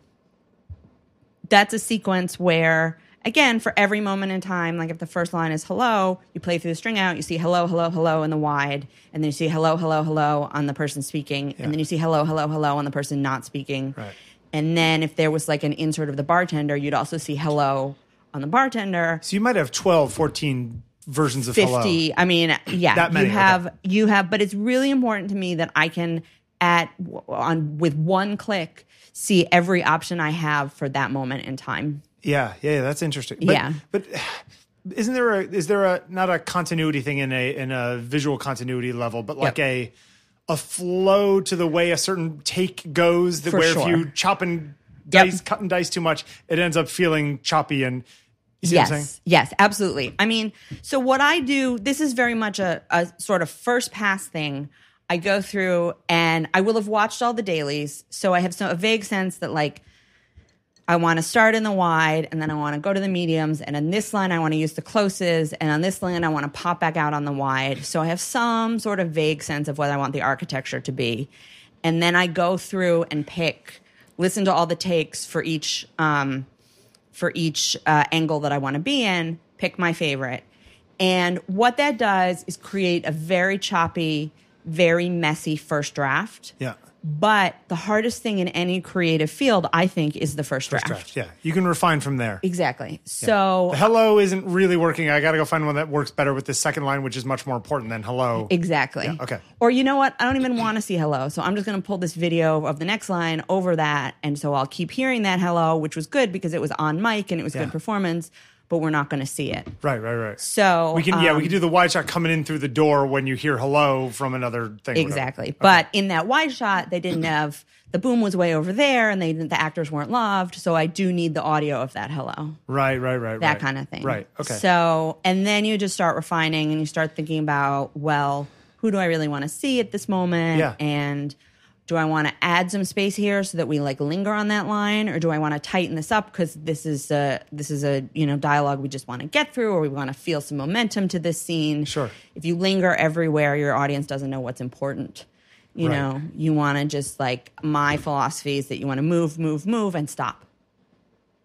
S2: That's a sequence where. Again, for every moment in time, like if the first line is hello, you play through the string out, you see hello, hello, hello in the wide, and then you see hello, hello, hello on the person speaking, and then you see hello, hello, hello on the person not speaking.
S1: Right.
S2: And then if there was like an insert of the bartender, you'd also see hello on the bartender.
S1: So you might have 12, 14 versions of hello.
S2: 50 i mean yeah
S1: That many,
S2: you
S1: okay.
S2: have you have but it's really important to me that i can at on with one click see every option i have for that moment in time
S1: Yeah, yeah, yeah, that's interesting. But,
S2: Yeah.
S1: but isn't there a is there a not a continuity thing in a in a visual continuity level, but like
S2: Yep.
S1: a a flow to the way a certain take goes that
S2: For
S1: where
S2: sure.
S1: if you chop and
S2: Yep.
S1: dice, cut and dice too much, it ends up feeling choppy and you see
S2: yes
S1: what I'm saying?
S2: yes absolutely i mean so what i do this is very much a, a sort of first pass thing i go through and i will have watched all the dailies so i have some a vague sense that like I want to start in the wide and then I want to go to the mediums. And on this line, I want to use the closes. And on this line, I want to pop back out on the wide. So I have some sort of vague sense of what I want the architecture to be. And then I go through and pick, listen to all the takes for each, um, for each uh, angle that I want to be in, pick my favorite. And what that does is create a very choppy, very messy first draft.
S1: Yeah.
S2: But the hardest thing in any creative field, I think, is the first, draft.
S1: Draft. Yeah. You can refine from there.
S2: Exactly. So
S1: The hello isn't really working. I got to go find one that works better with the second line, which is much more important than hello.
S2: exactly.
S1: okay.
S2: Or you know what? I don't even want to see hello. So I'm just going to pull this video of the next line over that, and so I'll keep hearing that hello, which was good because it was on mic and it was
S1: Yeah.
S2: good performance. But we're not going to see it.
S1: Right, right, right.
S2: So
S1: we can yeah,
S2: um,
S1: we can do the wide shot coming in through the door when you hear hello from another thing. or whatever.
S2: Exactly. But in that wide shot, they didn't have the boom was way over there, and they didn't, the actors weren't loved. So I do need the audio of that hello.
S1: Right, right, right.
S2: that
S1: right.
S2: kind of thing.
S1: Right. Okay.
S2: So, and then you just start refining and you start thinking about, well, who do I really want to see at this moment?
S1: Yeah.
S2: And do I want to add some space here so that we like linger on that line, or do I want to tighten this up because this is a this is a you know dialogue we just want to get through, or we want to feel some momentum to this scene?
S1: Sure.
S2: If you linger everywhere, your audience doesn't know what's important. You
S1: Right.
S2: know, you want to just like my philosophy is that you want to move, move, move, and stop.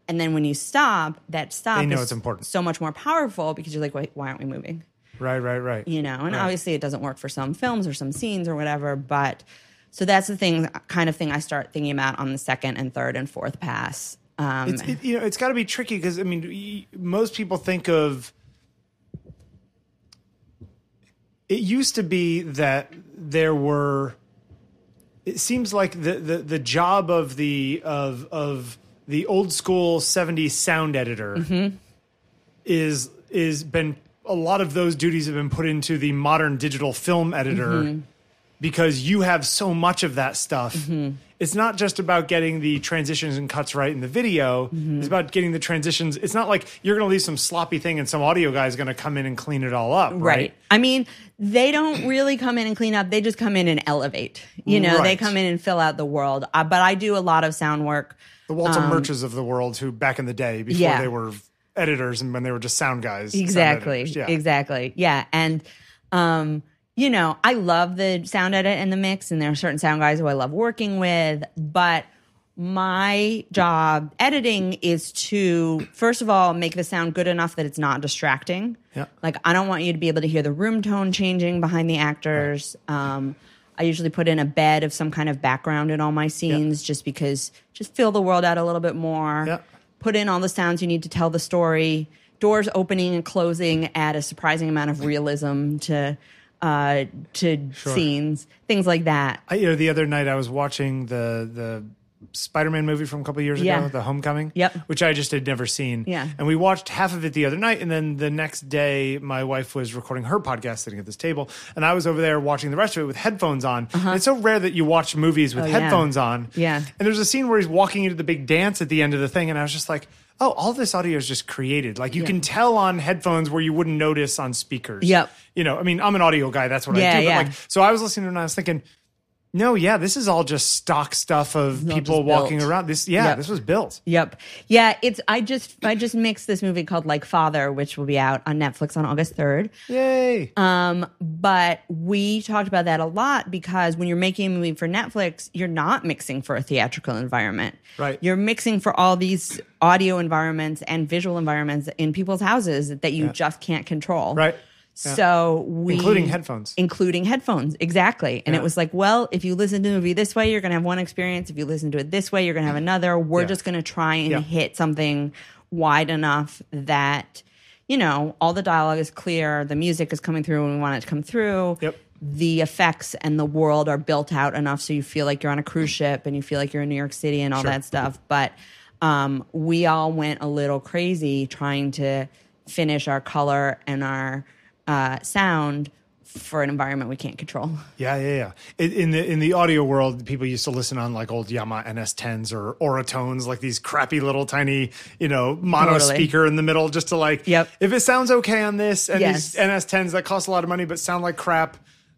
S2: And then when you stop, that stop
S1: They know
S2: is
S1: it's important.
S2: so much more powerful because you're like, wait, why aren't we moving?
S1: right, right, right.
S2: You know, and
S1: Right.
S2: obviously it doesn't work for some films or some scenes or whatever, but so that's the thing, kind of thing I start thinking about on the second and third and fourth pass. Um,
S1: It's, it, you know, it's got to be tricky because I mean, y- most people think of. It used to be that there were. It seems like the the, the job of the of of the old school '70s sound editor is is been a lot of those duties have been put into the modern digital film editor
S2: Mm-hmm.
S1: because you have so much of that stuff.
S2: Mm-hmm.
S1: It's not just about getting the transitions and cuts right in the video.
S2: Mm-hmm.
S1: It's about getting the transitions. It's not like you're going to leave some sloppy thing and some audio guy is going to come in and clean it all up, right?
S2: I mean, they don't really come in and clean up. They just come in and elevate. You know, they
S1: Right.
S2: come in and fill out the world. Uh, but I do a lot of sound work.
S1: The Walter Murches of the world, who back in the day before
S2: Um, Yeah.
S1: they were editors and when they were just sound guys, sound
S2: Exactly.
S1: editors, yeah.
S2: Exactly. Yeah. And um, you know, I love the sound edit and the mix, and there are certain sound guys who I love working with, but my job editing is to first of all make the sound good enough that it's not distracting.
S1: Yeah.
S2: Like I don't want you to be able to hear the room tone changing behind the actors. Um I usually put in a bed of some kind of background in all my scenes just because just fill the world out a little bit more
S1: Yeah.
S2: put in all the sounds you need to tell the story. Doors opening and closing add a surprising amount of realism to uh, to scenes, things like that.
S1: I, you know, the other night I was watching the the Spider-Man movie from a couple years ago,
S2: Yeah.
S1: The Homecoming.
S2: Yep.
S1: Which I just had never seen.
S2: Yeah.
S1: And we watched half of it the other night, and then the next day, my wife was recording her podcast sitting at this table, and I was over there watching the rest of it with headphones on. And it's so rare that you watch movies with
S2: Uh-huh. Oh, yeah.
S1: headphones on.
S2: Yeah.
S1: And there's a scene where he's walking into the big dance at the end of the thing, and I was just like. Oh, all this audio is just created. Like you
S2: Yeah.
S1: can tell on headphones where you wouldn't notice on speakers.
S2: Yep.
S1: You know, I mean, I'm an audio guy. That's what I
S2: Yeah,
S1: do. But
S2: yeah.
S1: like, so I was listening to it and I was thinking, no, yeah, this is all just stock stuff of
S2: all
S1: people
S2: just
S1: walking
S2: built.
S1: around. This, yeah,
S2: Yep.
S1: this was built.
S2: Yep. Yeah, it's I just I just mixed this movie called Like Father, which will be out on Netflix on August 3rd.
S1: Yay!
S2: Um, but we talked about that a lot because when you're making a movie for Netflix, you're not mixing for a theatrical environment.
S1: Right.
S2: You're mixing for all these audio environments and visual environments in people's houses that you just can't control.
S1: Right.
S2: So we
S1: Including headphones.
S2: Including headphones, exactly. And
S1: Yeah.
S2: it was like, well, if you listen to the movie this way, you're gonna have one experience. If you listen to it this way, you're gonna have another. We're
S1: Yeah.
S2: just gonna try and
S1: Yeah.
S2: hit something wide enough that, you know, all the dialogue is clear, the music is coming through when we want it to come through.
S1: Yep.
S2: The effects and the world are built out enough so you feel like you're on a cruise ship and you feel like you're in New York City and all
S1: Sure.
S2: that stuff. But um, we all went a little crazy trying to finish our color and our uh, sound for an environment we can't control.
S1: Yeah, yeah, yeah. In, in the in the audio world, people used to listen on like old Yamaha NS10s or Oratones, like these crappy little tiny, you know, mono
S2: Totally.
S1: speaker in the middle, just to like,
S2: Yep.
S1: if it sounds okay on this, and
S2: Yes.
S1: these NS10s that cost a lot of money but sound like crap,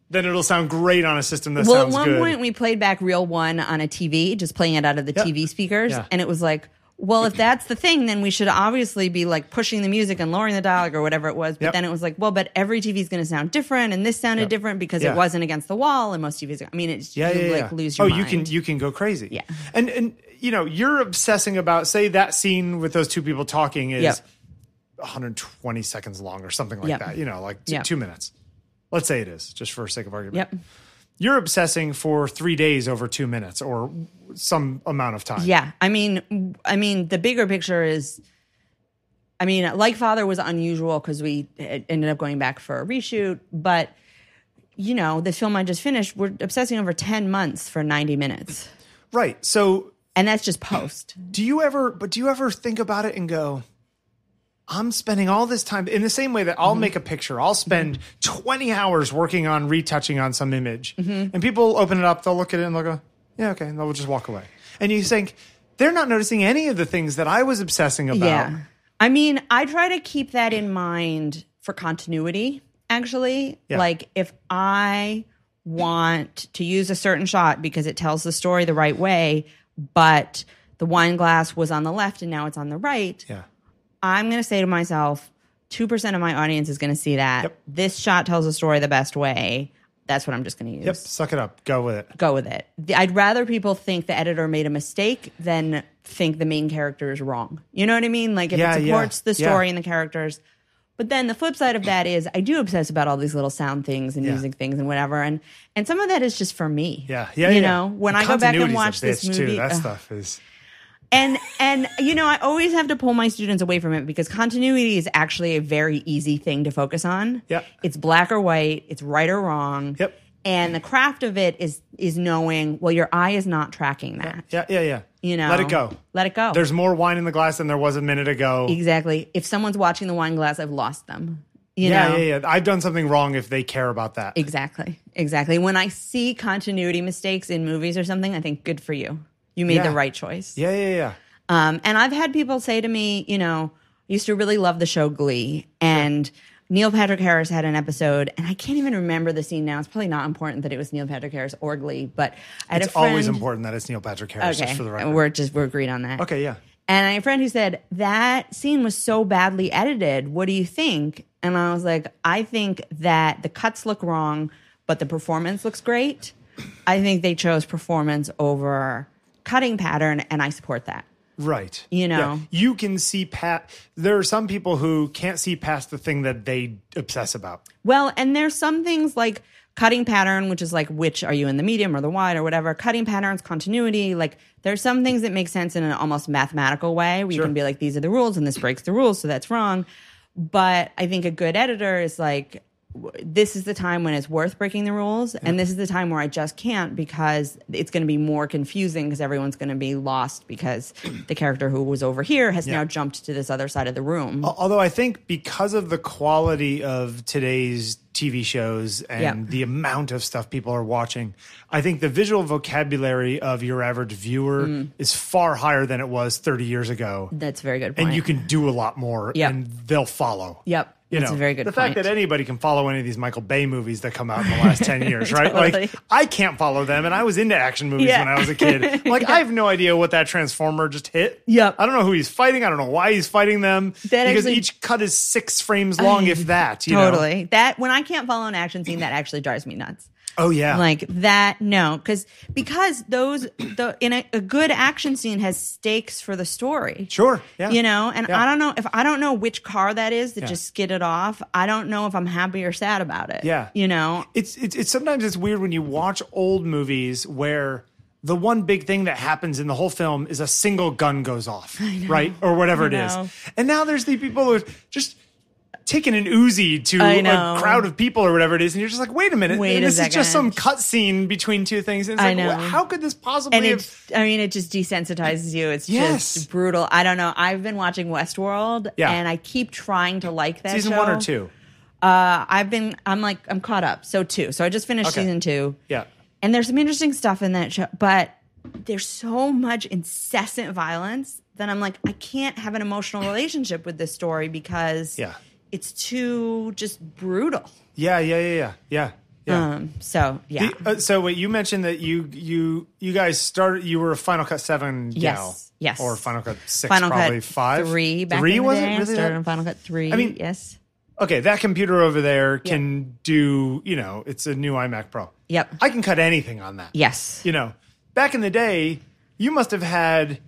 S1: then it'll sound great on a system that
S2: Well, at
S1: sounds
S2: one
S1: good.
S2: point we played back Real One on a TV, just playing it out of the
S1: Yeah.
S2: TV speakers,
S1: Yeah.
S2: and it was like, well, if that's the thing, then we should obviously be like pushing the music and lowering the dialogue or whatever it was. But
S1: Yep.
S2: then it was like, well, but every TV is going to sound different, and this sounded
S1: Yep.
S2: different because
S1: Yeah.
S2: it wasn't against the wall, and most TVs. I mean, it's
S1: yeah,
S2: you
S1: yeah,
S2: like
S1: yeah.
S2: lose your
S1: oh
S2: mind.
S1: you can you can go crazy
S2: Yeah.
S1: and and you know you're obsessing about say that scene with those two people talking is
S2: Yep.
S1: 120 seconds long or something like
S2: Yep.
S1: that you know like t-
S2: Yep.
S1: two minutes let's say it is just for sake of argument
S2: Yep.
S1: you're obsessing for three days over two minutes or some amount of time
S2: Yeah, I mean, I mean, the bigger picture is, I mean, like Father was unusual because we e- ended up going back for a reshoot, but you know, the film I just finished, we're obsessing over ten months for ninety minutes,
S1: right so
S2: and that's just post.
S1: do you ever but do you ever think about it and go i'm spending all this time in the same way that
S2: Mm-hmm.
S1: i'll make a picture i'll spend 20 hours working on retouching on some image
S2: Mm-hmm.
S1: and people open it up they'll look at it and they'll go yeah okay and they'll just walk away and you think they're not noticing any of the things that i was obsessing about
S2: Yeah, I mean, I try to keep that in mind for continuity. Actually,
S1: Yeah.
S2: like if I want to use a certain shot because it tells the story the right way, but the wine glass was on the left and now it's on the right.
S1: yeah
S2: I'm going to say to myself, 2% of my audience is going to see that.
S1: Yep.
S2: This shot tells a story the best way. That's what I'm just going to use.
S1: yep suck it up go with it
S2: Go with it. The- I'd rather people think the editor made a mistake than think the main character is wrong. You know what I mean? Like if
S1: Yeah,
S2: it
S1: yeah,
S2: supports the
S1: yeah.
S2: story and the characters. But then the flip side of that is I do obsess about all these little sound things and
S1: Yeah.
S2: music things and whatever. And and some of that is just for me.
S1: yeah yeah yeah.
S2: You know, when
S1: The
S2: I go back
S1: continuity's
S2: and
S1: a
S2: watch this
S1: bitch,
S2: movie.
S1: too. that
S2: ugh,
S1: stuff is
S2: and and you know, I always have to pull my students away from it because continuity is actually a very easy thing to focus on.
S1: Yeah.
S2: It's black or white, it's right or wrong.
S1: Yep.
S2: And the craft of it is is knowing, well, your eye is not tracking that.
S1: yeah yeah yeah
S2: You know.
S1: let it go
S2: Let it go.
S1: there's more wine in the glass than there was a minute ago
S2: exactly. If someone's watching the wine glass, I've lost them. You
S1: yeah,
S2: know?
S1: yeah, yeah. I've done something wrong if they care about that.
S2: Exactly. Exactly. When I see continuity mistakes in movies or something, I think good for you. You made the
S1: Yeah.
S2: right choice.
S1: Yeah, yeah, yeah.
S2: Um, and I've had people say to me, you know, I used to really love the show Glee, and Neil Patrick Harris had an episode, and I can't even remember the scene now. It's probably not important that it was Neil Patrick Harris or Glee, but I had
S1: It's
S2: a friend.
S1: always important that it's Neil Patrick Harris,
S2: Okay,
S1: just for the
S2: and
S1: record.
S2: we're just we're agreed on that.
S1: okay, yeah.
S2: And I had a friend who said, That scene was so badly edited. What do you think? And I was like, I think that the cuts look wrong, but the performance looks great. I think they chose performance over cutting pattern, and I support that.
S1: Right.
S2: You
S1: Yeah.
S2: know.
S1: You can see past. There are some people who can't see past the thing that they obsess about.
S2: Well, and there's some things like cutting pattern, which is like which are you in the medium or the wide or whatever. Cutting patterns, continuity, like there's some things that make sense in an almost mathematical way where you can be like, these are the rules and this breaks the rules, so that's wrong. But I think a good editor is like, this is the time when it's worth breaking the rules and this is the time where i just can't because it's going to be more confusing because everyone's going to be lost because the character who was over here has now jumped to this other side of the room
S1: Although I think because of the quality of today's TV shows and
S2: Yeah.
S1: the amount of stuff people are watching, I think the visual vocabulary of your average viewer is far higher than it was 30 years ago.
S2: that's a very good point
S1: And you can do a lot more
S2: Yep.
S1: and they'll follow.
S2: Yep.
S1: You
S2: That's
S1: know,
S2: a very good
S1: The fact
S2: point.
S1: that anybody can follow any of these Michael Bay movies that come out in the last 10 years, right?
S2: Totally.
S1: Like, I can't follow them. And I was into action movies
S2: Yeah.
S1: when I was a kid. I'm Like, I have no idea what that Transformer just hit.
S2: Yep.
S1: I don't know who he's fighting. I don't know why he's fighting them.
S2: That
S1: because
S2: actually-
S1: each cut is six frames long, if that. You know?
S2: totally that when i can't follow an action scene that actually drives me nuts
S1: Oh, yeah.
S2: like that no because because those the in a, a good action scene has stakes for the story
S1: Sure. Yeah.
S2: you know and
S1: Yeah.
S2: i don't know if i don't know which car that is that just skidded off i don't know if i'm happy or sad about it
S1: Yeah.
S2: you know
S1: it's, it's it's sometimes it's weird when you watch old movies where the one big thing that happens in the whole film is a single gun goes off, right, or whatever
S2: I
S1: it is.
S2: know.
S1: And now there's the people who are just taking an Uzi to
S2: I
S1: a
S2: know.
S1: crowd of people or whatever it is, and you're just like, wait a minute,
S2: Wait
S1: and
S2: a
S1: this is just some
S2: second.
S1: cut scene between two things. And it's
S2: I
S1: like,
S2: know.
S1: wh- how could this possibly?
S2: and
S1: have,
S2: it i mean it just desensitizes you it's
S1: Yes.
S2: just brutal i don't know i've been watching westworld
S1: Yeah.
S2: and i keep trying to like that
S1: season one or
S2: show.
S1: two?
S2: uh i've been i'm like i'm caught up so two so i just finished
S1: Okay.
S2: season two
S1: Yeah.
S2: and there's some interesting stuff in that show, but there's so much incessant violence that I'm like, I can't have an emotional relationship with this story because
S1: Yeah.
S2: it's too just brutal.
S1: Yeah. Yeah. Yeah. Yeah. Yeah. Yeah.
S2: Um, so yeah,
S1: The- uh, so wait, you mentioned that you you you guys started. You were a Final Cut Seven gal,
S2: Yes, yes.
S1: or Final Cut Six,
S2: Final
S1: probably
S2: Cut
S1: five,
S2: three, back
S1: three
S2: in the
S1: was
S2: day.
S1: it really?
S2: Started
S1: that-
S2: on Final Cut three.
S1: I mean-
S2: yes,
S1: Okay, that computer over there can do. You know, it's a new iMac Pro.
S2: Yep.
S1: I can cut anything on that.
S2: yes.
S1: you know, back in the day, you must have had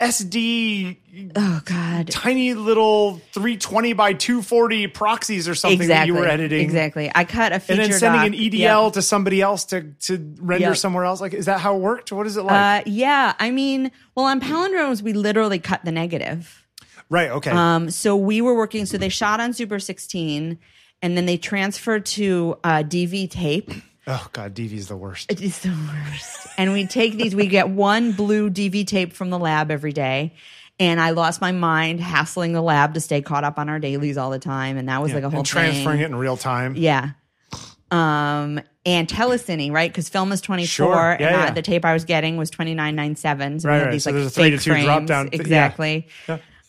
S1: SD
S2: Oh God,
S1: tiny little 320 by 240 proxies or something that
S2: exactly.
S1: you were editing.
S2: exactly. I cut a
S1: And
S2: feature
S1: then sending an E
S2: doc.
S1: EDL
S2: Yep.
S1: to somebody else to, to render
S2: Yep.
S1: somewhere else. Like, is that how it worked? What is it like?
S2: Uh, yeah, I mean, well, on palindromes, we literally cut the negative.
S1: Right. Okay.
S2: Um, so we were working. So they shot on Super 16, and then they transferred to uh, DV tape.
S1: oh God, DV is the worst.
S2: It is the worst. and we take these. We get one blue DV tape from the lab every day. And I lost my mind hassling the lab to stay caught up on our dailies all the time, and that was like a whole
S1: and transferring
S2: thing.
S1: it in real time.
S2: Yeah. Um and telecine, right? Because film is twenty four,
S1: Sure.
S2: and
S1: Yeah,
S2: I-
S1: yeah.
S2: the tape I was getting was twenty nine nine seven. So we
S1: Right,
S2: had
S1: right.
S2: these
S1: So
S2: like
S1: there's a three to
S2: fake
S1: two drop
S2: frames.
S1: down. Yeah.
S2: exactly.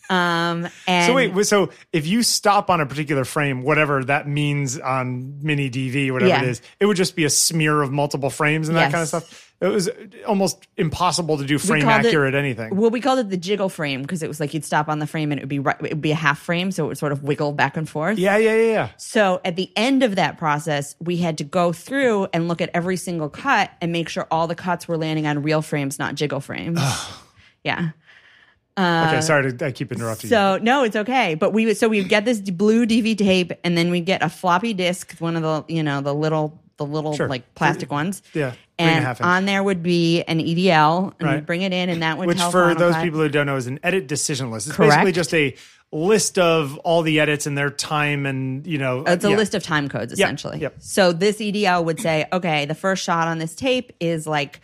S2: Um, and
S1: So wait, so if you stop on a particular frame, whatever that means on mini DV, whatever
S2: Yeah.
S1: it is, it would just be a smear of multiple frames and that
S2: Yes.
S1: kind of stuff. It was almost impossible to do frame
S2: called it-
S1: accurate anything.
S2: Well, we called it the jiggle frame because it was like you'd stop on the frame and it would be right, it would be a half frame, so it would sort of wiggle back and forth.
S1: yeah, yeah, yeah, yeah.
S2: So at the end of that process, we had to go through and look at every single cut and make sure all the cuts were landing on real frames, not jiggle frames. yeah. Uh,
S1: okay, sorry to I keep interrupting you.
S2: So no, it's okay. But we would so we'd get this blue DV tape, and then we'd get a floppy disk, one of the you know the little the little
S1: Sure.
S2: like plastic ones.
S1: Yeah, three and a
S2: And
S1: half inch.
S2: on there would be an EDL, and
S1: Right.
S2: we'd bring it in, and that would
S1: Which
S2: tell
S1: for
S2: Final
S1: those
S2: Cut.
S1: people who don't know is an edit decision list. It's basically
S2: Correct.
S1: just a list of all the edits and their time and you know
S2: It's a
S1: yeah.
S2: list of time codes essentially.
S1: yep.
S2: So this EDL would say, okay, the first shot on this tape is like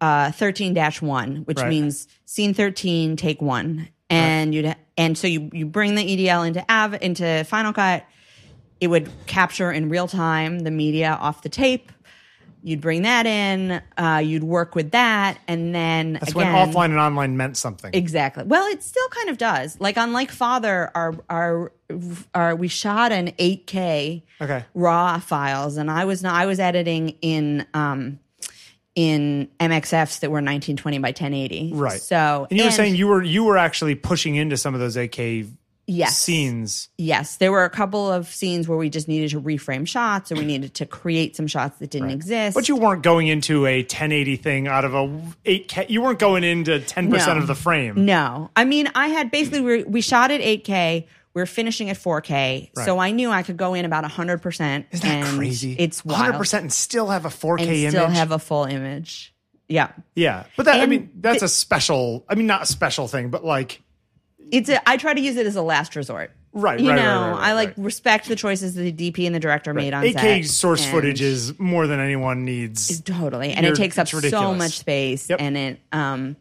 S2: uh, 13-1, which
S1: Right.
S2: means scene 13, take one. And you'd and so you you bring the EDL into Av into Final Cut. It would capture in real time the media off the tape. You'd bring that in. Uh, you'd work with that, and then
S1: That's
S2: again,
S1: when offline and online meant something.
S2: Exactly. Well, it still kind of does. Like on Like Father, our our our we shot an 8K
S1: Okay.
S2: raw files, and I was not. I was editing in um in MXFs that were 1920 by 1080.
S1: right.
S2: So
S1: and you were saying you were you were actually pushing into some of those AK
S2: yes,
S1: scenes.
S2: Yes, there were a couple of scenes where we just needed to reframe shots, or we needed to create some shots that didn't exist.
S1: But you weren't going into a 1080 thing out of a 8K. You weren't going into 10%
S2: No.
S1: of the frame.
S2: No, I mean, I had basically we we shot at 8K. We are finishing at 4K, so I knew I could go in about 100. percent
S1: Isn't that crazy?
S2: It's wild.
S1: 100% and still have a 4K
S2: and
S1: image.
S2: still have a full image. Yeah,
S1: yeah. But that, I
S2: And
S1: mean, that's a special, I mean, not a special thing, but like,
S2: it's. A, I try to use it as a last resort.
S1: Right,
S2: You
S1: right, right,
S2: know,
S1: right, right,
S2: I like
S1: right.
S2: respect the choices that the DP and the director made on set.
S1: 8K source
S2: and-
S1: footage is more than anyone needs.
S2: Totally, and
S1: You're-
S2: it takes up
S1: it's ridiculous.
S2: so much space,
S1: Yep.
S2: and it. Um,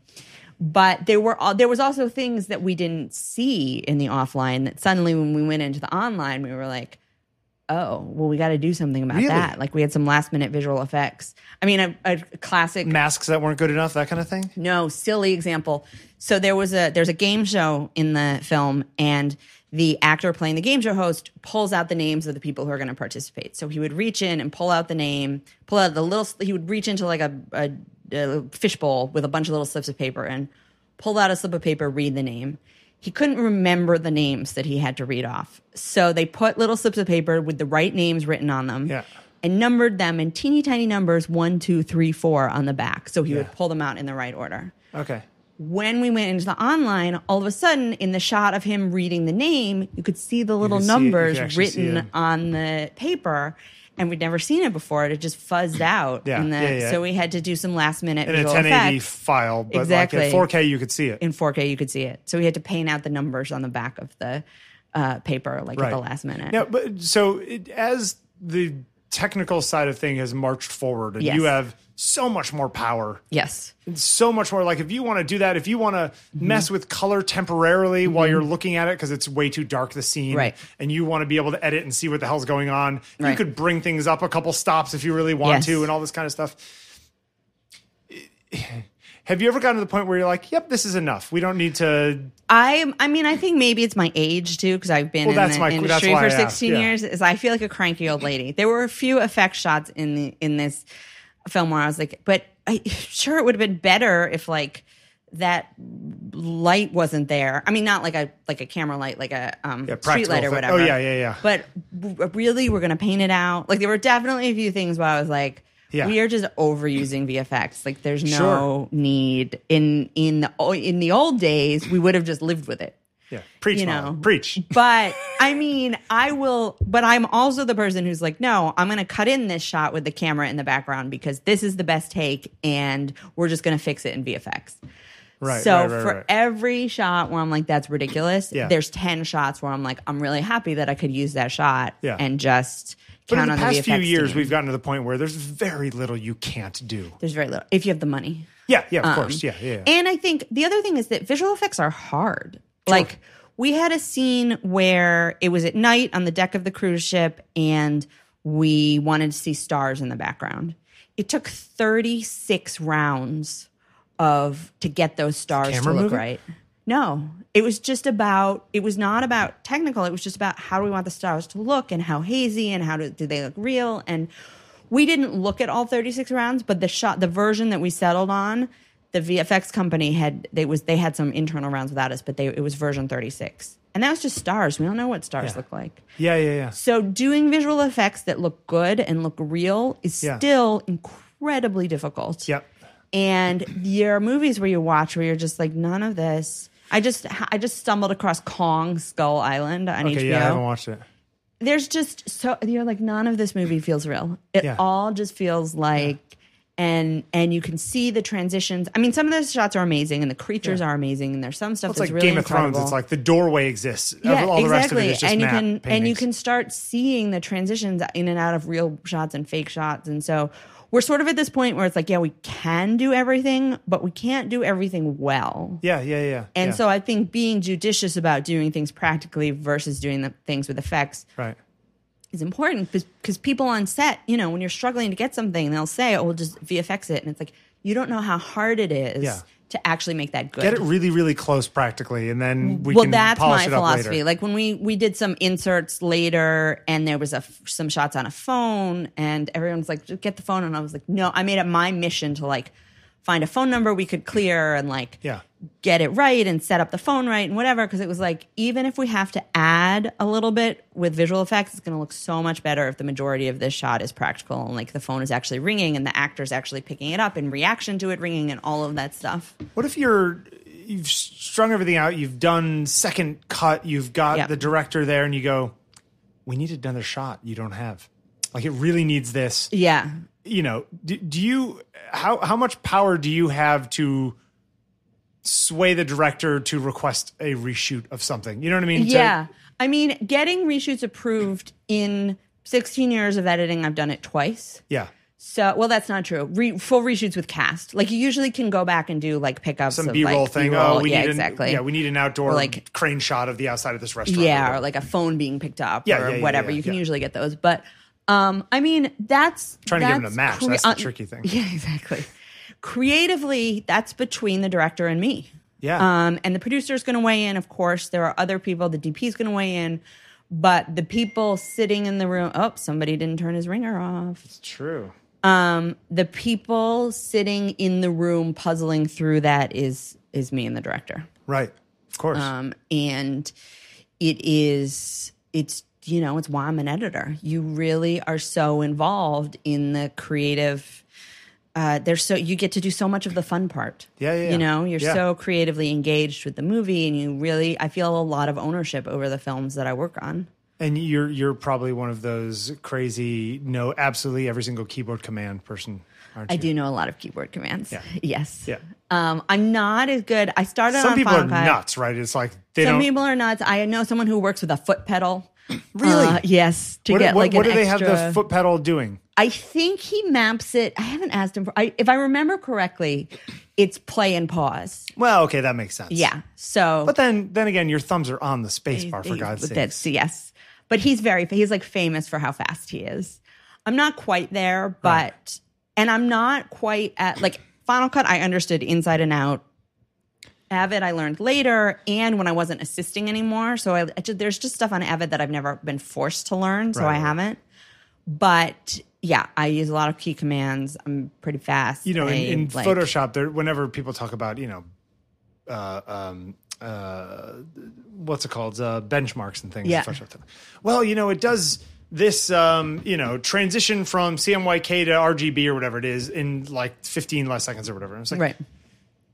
S2: but there were all, there was also things that we didn't see in the offline that suddenly when we went into the online we were like, oh well we got to do something about
S1: Really?
S2: that. Like we had some last minute visual effects. I mean a, a classic
S1: Masks that weren't good enough, that kind of thing.
S2: no silly example so there was a there's a game show in the film and the actor playing the game show host pulls out the names of the people who are going to participate so he would reach in and pull out the name pull out the little he would reach into like a, a, a fishbowl with a bunch of little slips of paper and pull out a slip of paper read the name he couldn't remember the names that he had to read off so they put little slips of paper with the right names written on them
S1: Yeah.
S2: and numbered them in teeny tiny numbers one, two, three, four on the back. So he would
S1: Yeah.
S2: pull them out in the right order.
S1: Okay.
S2: When we went into the online, all of a sudden, in the shot of him reading the name, you could see the little
S1: could see it. You could
S2: numbers
S1: actually see it.
S2: written on the paper. And we'd never seen it before. It had just fuzzed out.
S1: Yeah,
S2: in the,
S1: yeah, yeah.
S2: So we had to do some last minute
S1: In a
S2: visual
S1: 1080
S2: effects.
S1: file, but like
S2: Exactly.
S1: at 4K, you could see it.
S2: In 4K, you could see it. So we had to paint out the numbers on the back of the uh, paper, like at the last minute.
S1: Now, but so it, as the technical side of thing has marched forward, and
S2: Yes.
S1: you have so much more power,
S2: Yes.
S1: and so much more. Like if you want to do that, if you want to
S2: Mm-hmm.
S1: mess with color temporarily while you're looking at it because it's way too dark the scene,
S2: Right.
S1: And you want to be able to edit and see what the hell's going on. You
S2: Right.
S1: could bring things up a couple stops if you really want
S2: Yes.
S1: to, and all this kind of stuff. Have you ever gotten to the point where you're like, "Yep, this is enough. We don't need to
S2: I I mean I think maybe it's my age too because I've been
S1: Well,
S2: in
S1: that's
S2: the
S1: my- that's
S2: industry
S1: why I
S2: for
S1: asked,
S2: 16
S1: yeah.
S2: years is I feel like a cranky old lady. There were a few effect shots in the in this film where I was like, but I sure it would have been better if like that light wasn't there. I mean, not like a like a camera light, like a um, street
S1: practical
S2: light or
S1: thing.
S2: whatever.
S1: Oh, yeah, yeah, yeah.
S2: But w- really, we're gonna paint it out. Like there were definitely a few things where I was like.
S1: Yeah.
S2: We are just overusing VFX. Like there's no
S1: Sure.
S2: need in in the o- in the old days we would have just lived with it.
S1: yeah, preach,
S2: You
S1: Molly,
S2: know.
S1: preach."
S2: But I mean, I will but I'm also the person who's like, "No, I'm going to cut in this shot with the camera in the background because this is the best take and we're just going to fix it in VFX."
S1: Right,
S2: So
S1: right, right,
S2: for
S1: right.
S2: every shot where I'm like that's ridiculous,
S1: Yeah.
S2: there's 10 shots where I'm like I'm really happy that I could use that shot
S1: Yeah.
S2: and just
S1: But in
S2: count
S1: the
S2: on
S1: past
S2: the VFX
S1: few years,
S2: team.
S1: we've gotten to the point where there's very little you can't do.
S2: there's very little if you have the money.
S1: Yeah, yeah, of
S2: Um,
S1: course. Mm-hmm. Yeah, yeah. yeah.
S2: And I think the other thing is that visual effects are hard. Like we had a scene where it was at night on the deck of the cruise ship and we wanted to see stars in the background. It took 36 rounds of to get those stars to
S1: camera
S2: look
S1: moving?
S2: right. No, it was just about it was not about technical, it was just about how do we want the stars to look and how hazy and how do, do they look real and we didn't look at all 36 rounds but the shot the version that we settled on the vfx company had they was they had some internal rounds without us but they it was version 36 and that was just stars we don't know what stars
S1: Yeah.
S2: look like
S1: yeah, yeah, yeah.
S2: so doing visual effects that look good and look real is
S1: Yeah.
S2: still incredibly difficult
S1: Yep.
S2: and there are movies where you watch where you're just like none of this i just i just stumbled across kong skull island on hbo
S1: Okay, yeah, I haven't watched it.
S2: there's just so you're like none of this movie feels real. It
S1: Yeah.
S2: all just feels like and and you can see the transitions. I mean, some of those shots are amazing and the creatures are amazing and there's some stuff
S1: It's
S2: that's
S1: like
S2: really
S1: Game of
S2: incredible.
S1: Thrones. It's like the doorway exists.
S2: yeah,
S1: All the
S2: exactly.
S1: rest of it is just
S2: and you
S1: map
S2: can and you
S1: paintings.
S2: can start seeing the transitions in and out of real shots and fake shots. And so we're sort of at this point where it's like, yeah, we can do everything, but we can't do everything well.
S1: Yeah, yeah, yeah.
S2: And
S1: yeah.
S2: so I think being judicious about doing things practically versus doing the things with effects
S1: right.
S2: is important because people on set, you know, when you're struggling to get something, they'll say, "Oh, we'll just VFX it," and it's like you don't know how hard it is
S1: Yeah.
S2: to actually make that good.
S1: Get it really, really close practically, and then we
S2: well,
S1: can
S2: that's
S1: polish
S2: my
S1: it up
S2: philosophy.
S1: later.
S2: Like when we we did some inserts later, and there was a f- some shots on a phone, and everyone's like, "Just "Get the phone," and I was like, "No," I made it my mission to like find a phone number we could clear and like
S1: Yeah.
S2: get it right and set up the phone right and whatever. Because it was like, even if we have to add a little bit with visual effects, it's going to look so much better if the majority of this shot is practical and like the phone is actually ringing and the actor's actually picking it up in reaction to it ringing and all of that stuff.
S1: What if you're you've strung everything out, you've done second cut, you've got
S2: Yep.
S1: the director there, and you go, "We need another shot. You don't have. Like it really needs this."
S2: Yeah.
S1: you know do, do you how how much power do you have to sway the director to request a reshoot of something you know what i mean To-
S2: Yeah. I mean, getting reshoots approved in 16 years of editing, I've done it twice.
S1: Yeah.
S2: So, well, that's not true. Re- full reshoots with cast, like you usually can go back and do like pickups,
S1: Some
S2: of,
S1: B roll
S2: like,
S1: thing.
S2: B-roll.
S1: Oh, we
S2: yeah,
S1: need
S2: exactly.
S1: An, yeah, we need an outdoor
S2: Or, like-
S1: crane shot of the outside of this restaurant.
S2: yeah, or like a phone being picked up
S1: Yeah,
S2: or
S1: yeah, yeah,
S2: whatever.
S1: yeah,
S2: you can
S1: yeah.
S2: usually get those, but um, I mean, that's
S1: Trying to
S2: that's uh,
S1: give it a match, that's the tricky thing.
S2: Yeah, exactly. Creatively, that's between the director and me.
S1: Yeah.
S2: Um, and the producer is going to weigh in. Of course, there are other people. The DP is going to weigh in, but the people sitting in the room. Oh, somebody didn't turn his ringer off
S1: it's true.
S2: um, the people sitting in the room puzzling through that is is me and the director
S1: Right. Of course.
S2: um, and it is it's you know it's why i'm an editor you really are so involved in the creative uh, there's so you get to do so much of the fun part
S1: Yeah, yeah, yeah.
S2: you know you're
S1: Yeah.
S2: so creatively engaged with the movie and you really i feel a lot of ownership over the films that i work on
S1: and you're you're probably one of those crazy no absolutely every single keyboard command person, aren't
S2: i
S1: you?
S2: do know a lot of keyboard commands yes
S1: Yeah.
S2: um, i'm not as good i started
S1: Some
S2: on
S1: people
S2: Final
S1: are
S2: Cut.
S1: nuts, right? It's like they
S2: Some
S1: don't
S2: people are nuts. I know someone who works with a foot pedal.
S1: Really?
S2: Uh, yes. To
S1: What,
S2: get
S1: what,
S2: like
S1: what
S2: an
S1: do they
S2: extra,
S1: have the foot pedal doing?
S2: I think he maps it. I haven't asked him for. I, if I remember correctly, it's play and pause.
S1: Well, okay, that makes sense.
S2: Yeah. So
S1: But then then again, your thumbs are on the space bar for
S2: He's-
S1: God's
S2: but
S1: sake.
S2: that's- yes. But he's very he's like famous for how fast he is. I'm not quite there, but and I'm not quite at like Final Cut I understood inside and out. Avid I learned later and when I wasn't assisting anymore, so I, I ju- there's just stuff on Avid that I've never been forced to learn, so
S1: Right,
S2: I
S1: right.
S2: haven't. But yeah, I use a lot of key commands. I'm pretty fast.
S1: you know, in,
S2: I,
S1: in
S2: like-
S1: Photoshop, there whenever people talk about you know, uh, um, uh, what's it called, uh, benchmarks and things. in
S2: Yeah.
S1: Photoshop. Well, you know, it does this um, you know transition from CMYK to RGB or whatever it is in like 15 less seconds or whatever. And it's like,
S2: Right.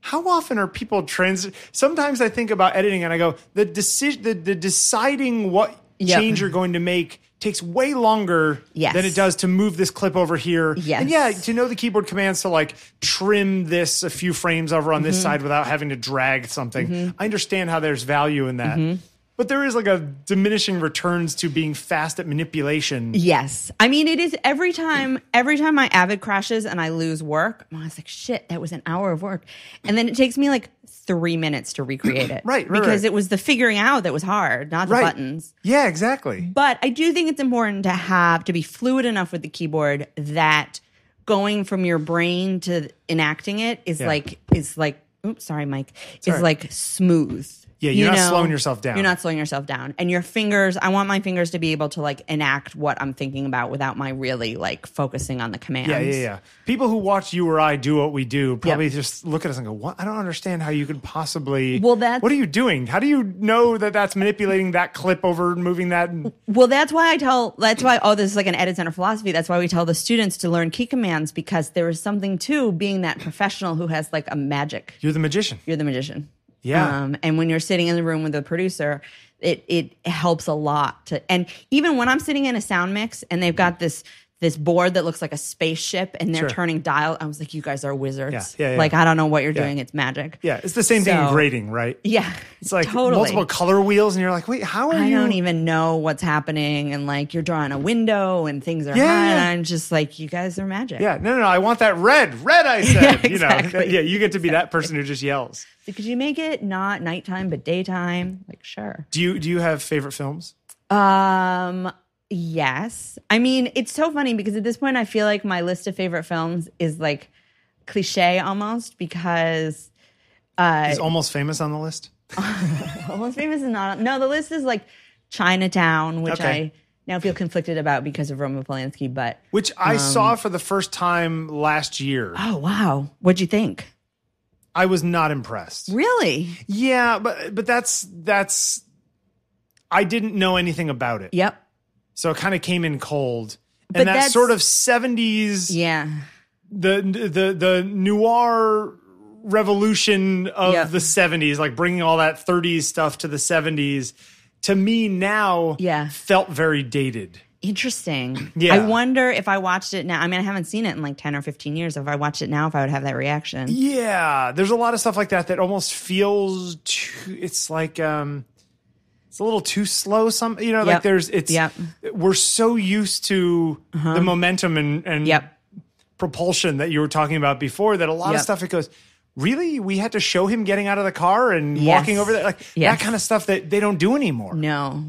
S1: how often are people trans? Sometimes I think about editing and I go, the decision, the, the deciding what
S2: Yeah.
S1: change you're going to make takes way longer
S2: Yes.
S1: than it does to move this clip over here.
S2: Yes.
S1: And yeah, to know the keyboard commands to like trim this a few frames over on
S2: Mm-hmm.
S1: this side without having to drag something. I understand how there's value in that.
S2: Mm-hmm.
S1: But there is like a diminishing returns to being fast at manipulation.
S2: Yes. I mean, it is every time, every time my Avid crashes and I lose work, I'm always like, shit, that was an hour of work. And then it takes me like three minutes to recreate it.
S1: Right, right,
S2: Because
S1: right.
S2: it was the figuring out that was hard, not the
S1: Right.
S2: buttons.
S1: Yeah, exactly.
S2: But I do think it's important to have, to be fluid enough with the keyboard that going from your brain to enacting it is
S1: Yeah.
S2: like, is like, oops, sorry, Mike, is
S1: all right.
S2: like smooth.
S1: Yeah, you're not slowing yourself down.
S2: You're not slowing yourself down. And your fingers, I want my fingers to be able to like enact what I'm thinking about without my really like focusing on the commands.
S1: Yeah, yeah, yeah. People who watch you or I do what we do probably just look at us and go, "What? I don't understand how you could possibly."
S2: Well, that's-
S1: what are you doing? How do you know that that's manipulating that clip over and moving that? And,
S2: Well, that's why I tell, that's why, oh, this is like an edit center philosophy. That's why we tell the students to learn key commands because there is something to being that professional who has like a magic.
S1: you're the magician.
S2: You're the magician.
S1: Yeah.
S2: Um, and when you're sitting in the room with the producer, it it helps a lot to and even when I'm sitting in a sound mix and they've got this this board that looks like a spaceship and they're
S1: Sure.
S2: turning dial, I was like, You guys are wizards.
S1: Yeah, yeah, yeah.
S2: Like I don't know what you're
S1: Yeah.
S2: doing, it's magic.
S1: Yeah, it's the same thing in
S2: So-
S1: grading, right?
S2: Yeah.
S1: It's like
S2: totally
S1: multiple color wheels, and you're like, "Wait, how are
S2: I
S1: you?"
S2: don't even know what's happening and like you're drawing a window and things are
S1: Yeah,
S2: high and
S1: yeah.
S2: I'm just like, You guys are magic.
S1: yeah, no, no, no. I want that red, red. I said,
S2: Yeah,
S1: you know,
S2: exactly.
S1: yeah. You get to be that person who just yells.
S2: Could you make it not nighttime but daytime? Like sure.
S1: Do you do you have favorite films?
S2: Um, yes. I mean, it's so funny because at this point, I feel like my list of favorite films is like cliche almost because
S1: Is almost famous on the list?
S2: Almost Famous is not. No, the list is like Chinatown, which
S1: Okay.
S2: I now feel conflicted about because of Roman Polanski. But
S1: Which I saw
S2: Um,
S1: for the first time last year.
S2: oh wow, what'd you think?
S1: I was not impressed.
S2: Really?
S1: Yeah, but but that's that's I didn't know anything about it.
S2: Yep.
S1: So it kind of came in cold.
S2: But
S1: and that
S2: that's-
S1: sort of 70s
S2: Yeah.
S1: the the the noir revolution of
S2: Yeah.
S1: the 70s like bringing all that 30s stuff to the 70s to me now
S2: Yeah.
S1: felt very dated.
S2: Interesting.
S1: Yeah.
S2: I wonder if I watched it now. I mean, I haven't seen it in like ten or fifteen years. If I watched it now, if I would have that reaction.
S1: Yeah, there's a lot of stuff like that that almost feels too, it's like um it's a little too slow. Some you know, like
S2: Yep.
S1: there's it's
S2: Yep. Uh-huh.
S1: we're so used to the momentum and and
S2: Yep.
S1: propulsion that you were talking about before that a lot of
S2: Yep.
S1: stuff it goes really we had to show him getting out of the car and
S2: Yes.
S1: walking over there like
S2: Yes.
S1: that kind of stuff that they don't do anymore
S2: No.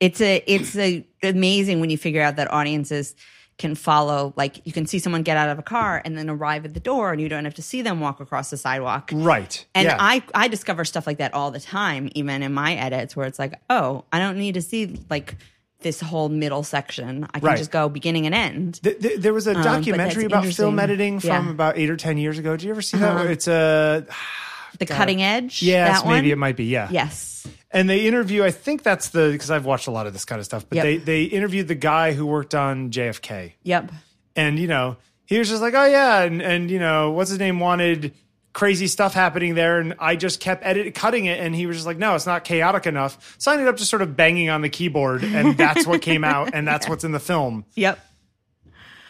S2: It's a it's a amazing when you figure out that audiences can follow like you can see someone get out of a car and then arrive at the door and you don't have to see them walk across the sidewalk.
S1: right
S2: And
S1: yeah.
S2: I I discover stuff like that all the time even in my edits where it's like, "Oh, I don't need to see like this whole middle section. I can
S1: Right.
S2: just go beginning and end."
S1: Th- th- there was a documentary about film
S2: Um, interesting.
S1: editing from
S2: Yeah.
S1: about eight or ten years ago. Did you ever see that? It's a
S2: The cutting edge.
S1: yes,
S2: that
S1: maybe it
S2: one?
S1: might be yeah.
S2: Yes.
S1: And they interview. I think that's the because I've watched a lot of this kind of stuff. But
S2: Yep.
S1: they they interviewed the guy who worked on JFK,
S2: Yep.
S1: and you know he was just like, oh yeah, and and you know what's his name wanted crazy stuff happening there, and I just kept edit cutting it, and he was just like, no, it's not chaotic enough. So I ended up just sort of banging on the keyboard, and that's what came out, and that's what's in the film.
S2: Yep.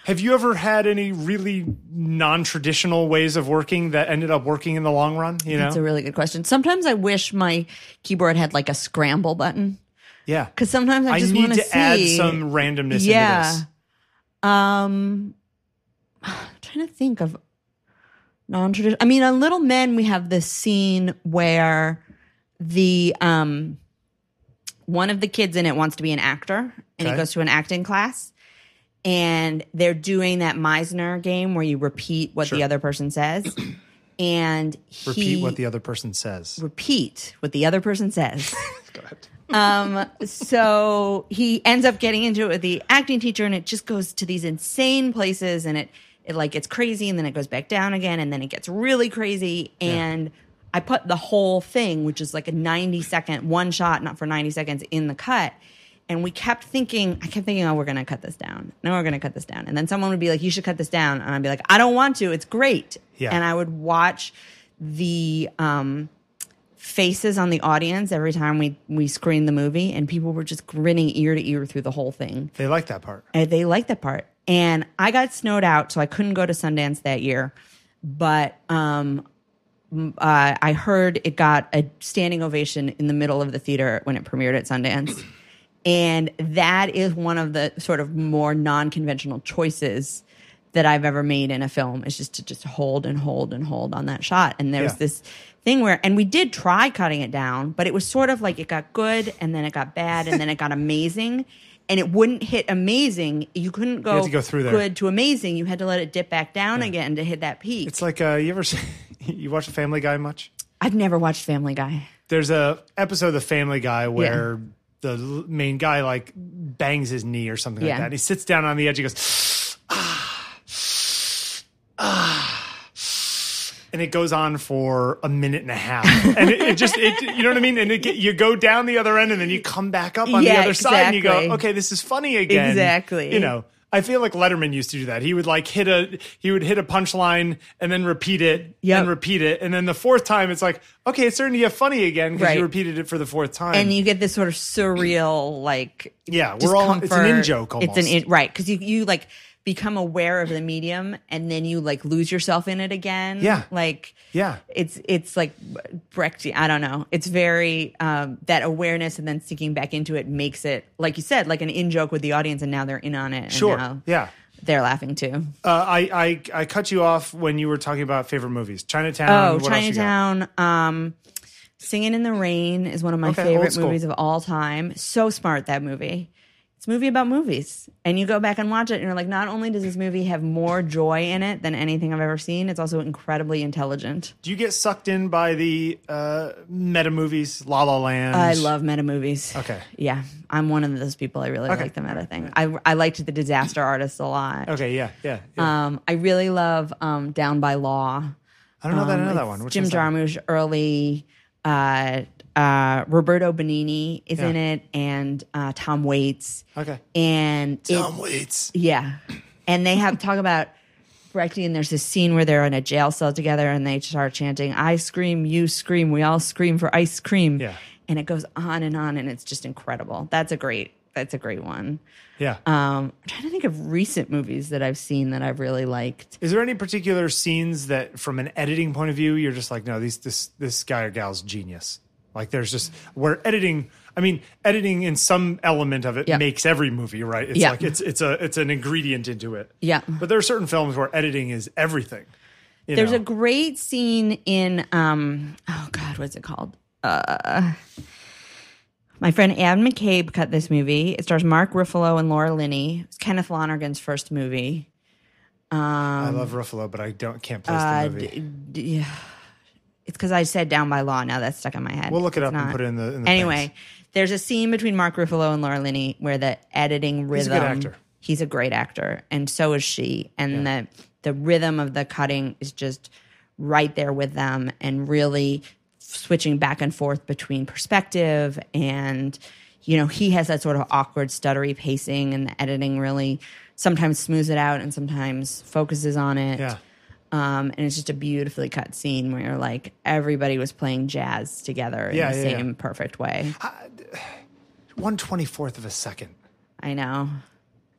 S1: Have you ever had any really non-traditional ways of working that ended up working in the long run? You know,
S2: That's a really good question. Sometimes I wish my keyboard had like a scramble button.
S1: yeah.
S2: Because sometimes I
S1: I
S2: just
S1: need
S2: want
S1: to add
S2: see.
S1: some randomness
S2: Yeah.
S1: into this.
S2: Um, I'm trying to think of non-traditional. I mean, on Little Men, we have this scene where the um one of the kids in it wants to be an actor, and
S1: Okay.
S2: he goes to an acting class, and they're doing that Meisner game where you repeat what the other person says, and
S1: Repeat
S2: he,
S1: what the other person says.
S2: repeat what the other person says. um, so he ends up getting into it with the acting teacher, and it just goes to these insane places, and it it like it's crazy, and then it goes back down again, and then it gets really crazy, and I put the whole thing, which is like a ninety second one shot, not for ninety seconds, in the cut. And we kept thinking, I kept thinking, oh, we're gonna cut this down. No, we're gonna cut this down. And then someone would be like, you should cut this down. And I'd be like, I don't want to. It's great.
S1: Yeah.
S2: And I would watch the um, faces on the audience every time we we screened the movie, and people were just grinning ear to ear through the whole thing.
S1: They like that part.
S2: And they liked that part. And I got snowed out, so I couldn't go to Sundance that year. But um, m- uh, I heard it got a standing ovation in the middle of the theater when it premiered at Sundance. And that is one of the sort of more non conventional choices that I've ever made in a film is just to just hold and hold and hold on that shot. And there was
S1: Yeah.
S2: this thing where, and we did try cutting it down, but it was sort of like it got good and then it got bad and then it got amazing. And it wouldn't hit amazing. You couldn't go,
S1: had to go through there.
S2: good to amazing. You had to let it dip back down again to hit that peak.
S1: It's like uh, you ever see- you watch Family Guy much?
S2: I've never watched Family Guy.
S1: There's a episode of the Family Guy where the l- main guy like bangs his knee or something like
S2: Yeah.
S1: that, and he sits down on the edge. He goes. Ah, ah, and it goes on for a minute and a half, and it, it just it, you know what I mean. And it, get- you go down the other end, and then you come back up on the
S2: Yeah,
S1: other side, and you go,
S2: exactly.
S1: okay, this is funny again.
S2: Exactly.
S1: you know. I feel like Letterman used to do that. He would like hit a he would hit a punchline and then repeat it
S2: Yep.
S1: and repeat it, and then the fourth time it's like, okay, it's starting to get funny again because
S2: Right.
S1: you repeated it for the fourth time.
S2: And you get this sort of surreal, like
S1: Yeah, we're all- it's an in
S2: discomfort.
S1: joke
S2: It's an
S1: almost.
S2: in, right because you you like become aware of the medium and then you like lose yourself in it again.
S1: Yeah.
S2: like
S1: yeah,
S2: it's it's like Brechtian. I don't know. It's very um, that awareness and then sticking back into it makes it like you said like an in joke with the audience and now they're in on it. And
S1: sure,
S2: now
S1: yeah.
S2: they're laughing too.
S1: Uh, I, I I cut you off when you were talking about favorite movies. Chinatown.
S2: Oh,
S1: what else you got?
S2: Chinatown. Um, Singing in the Rain is one of my
S1: Okay, old
S2: favorite
S1: school.
S2: movies of all time. So smart that movie. It's a movie about movies, and you go back and watch it, and you're like, not only does this movie have more joy in it than anything I've ever seen, it's also incredibly intelligent.
S1: Do you get sucked in by the uh, meta movies, La La Land?
S2: I love meta movies.
S1: Okay.
S2: Yeah, I'm one of those people. I really like the meta thing. I I liked the Disaster Artist a lot.
S1: Okay, yeah, yeah. yeah.
S2: Um, I really love um, Down by Law.
S1: I don't know that. I know
S2: Um,
S1: that
S2: it's
S1: one. Which uh,
S2: Jim
S1: one's that?
S2: Jarmusch early. Uh, uh, Roberto Benini is in it, and uh, Tom Waits.
S1: Okay.
S2: And it-
S1: Tom Waits.
S2: yeah, and they have talk about Brechtian. There's this scene where they're in a jail cell together, and they start chanting, "I scream, you scream, we all scream for ice cream."
S1: Yeah.
S2: and it goes on and on, and it's just incredible. That's a great. That's a great one.
S1: Yeah.
S2: Um, I'm trying to think of recent movies that I've seen that I've really liked.
S1: Is there any particular scenes that, from an editing point of view, you're just like, no, these this this guy or gal's genius? Like, there's just where editing. I mean, editing in some element of it
S2: Yeah.
S1: makes every movie, right? It's
S2: Yeah.
S1: like it's it's a it's an ingredient into it.
S2: Yeah.
S1: But there are certain films where editing is everything. you
S2: There's
S1: know?
S2: a great scene in um oh god, what's it called? Uh my friend Anne McCabe cut this movie. It stars Mark Ruffalo and Laura Linney. It's Kenneth Lonergan's first movie.
S1: I love Ruffalo, but I don't can't place
S2: Uh,
S1: the movie.
S2: d- d- yeah. It's because I said down by law. Now that's stuck in my head.
S1: we'll look it
S2: It's
S1: up and
S2: not.
S1: put it in the. In the
S2: anyway,
S1: things.
S2: there's a scene between Mark Ruffalo and Laura Linney where the editing
S1: a
S2: rhythm.
S1: good actor.
S2: He's a great actor, and so is she. And the the rhythm of the cutting is just right there with them, and really switching back and forth between perspective and you know he has that sort of awkward stuttery pacing and the editing really sometimes smooths it out and sometimes focuses on it
S1: yeah,
S2: um, and it's just a beautifully cut scene where you're like everybody was playing jazz together in
S1: Yeah,
S2: the
S1: yeah, yeah.
S2: same perfect way.
S1: one twenty fourth of a second.
S2: I know.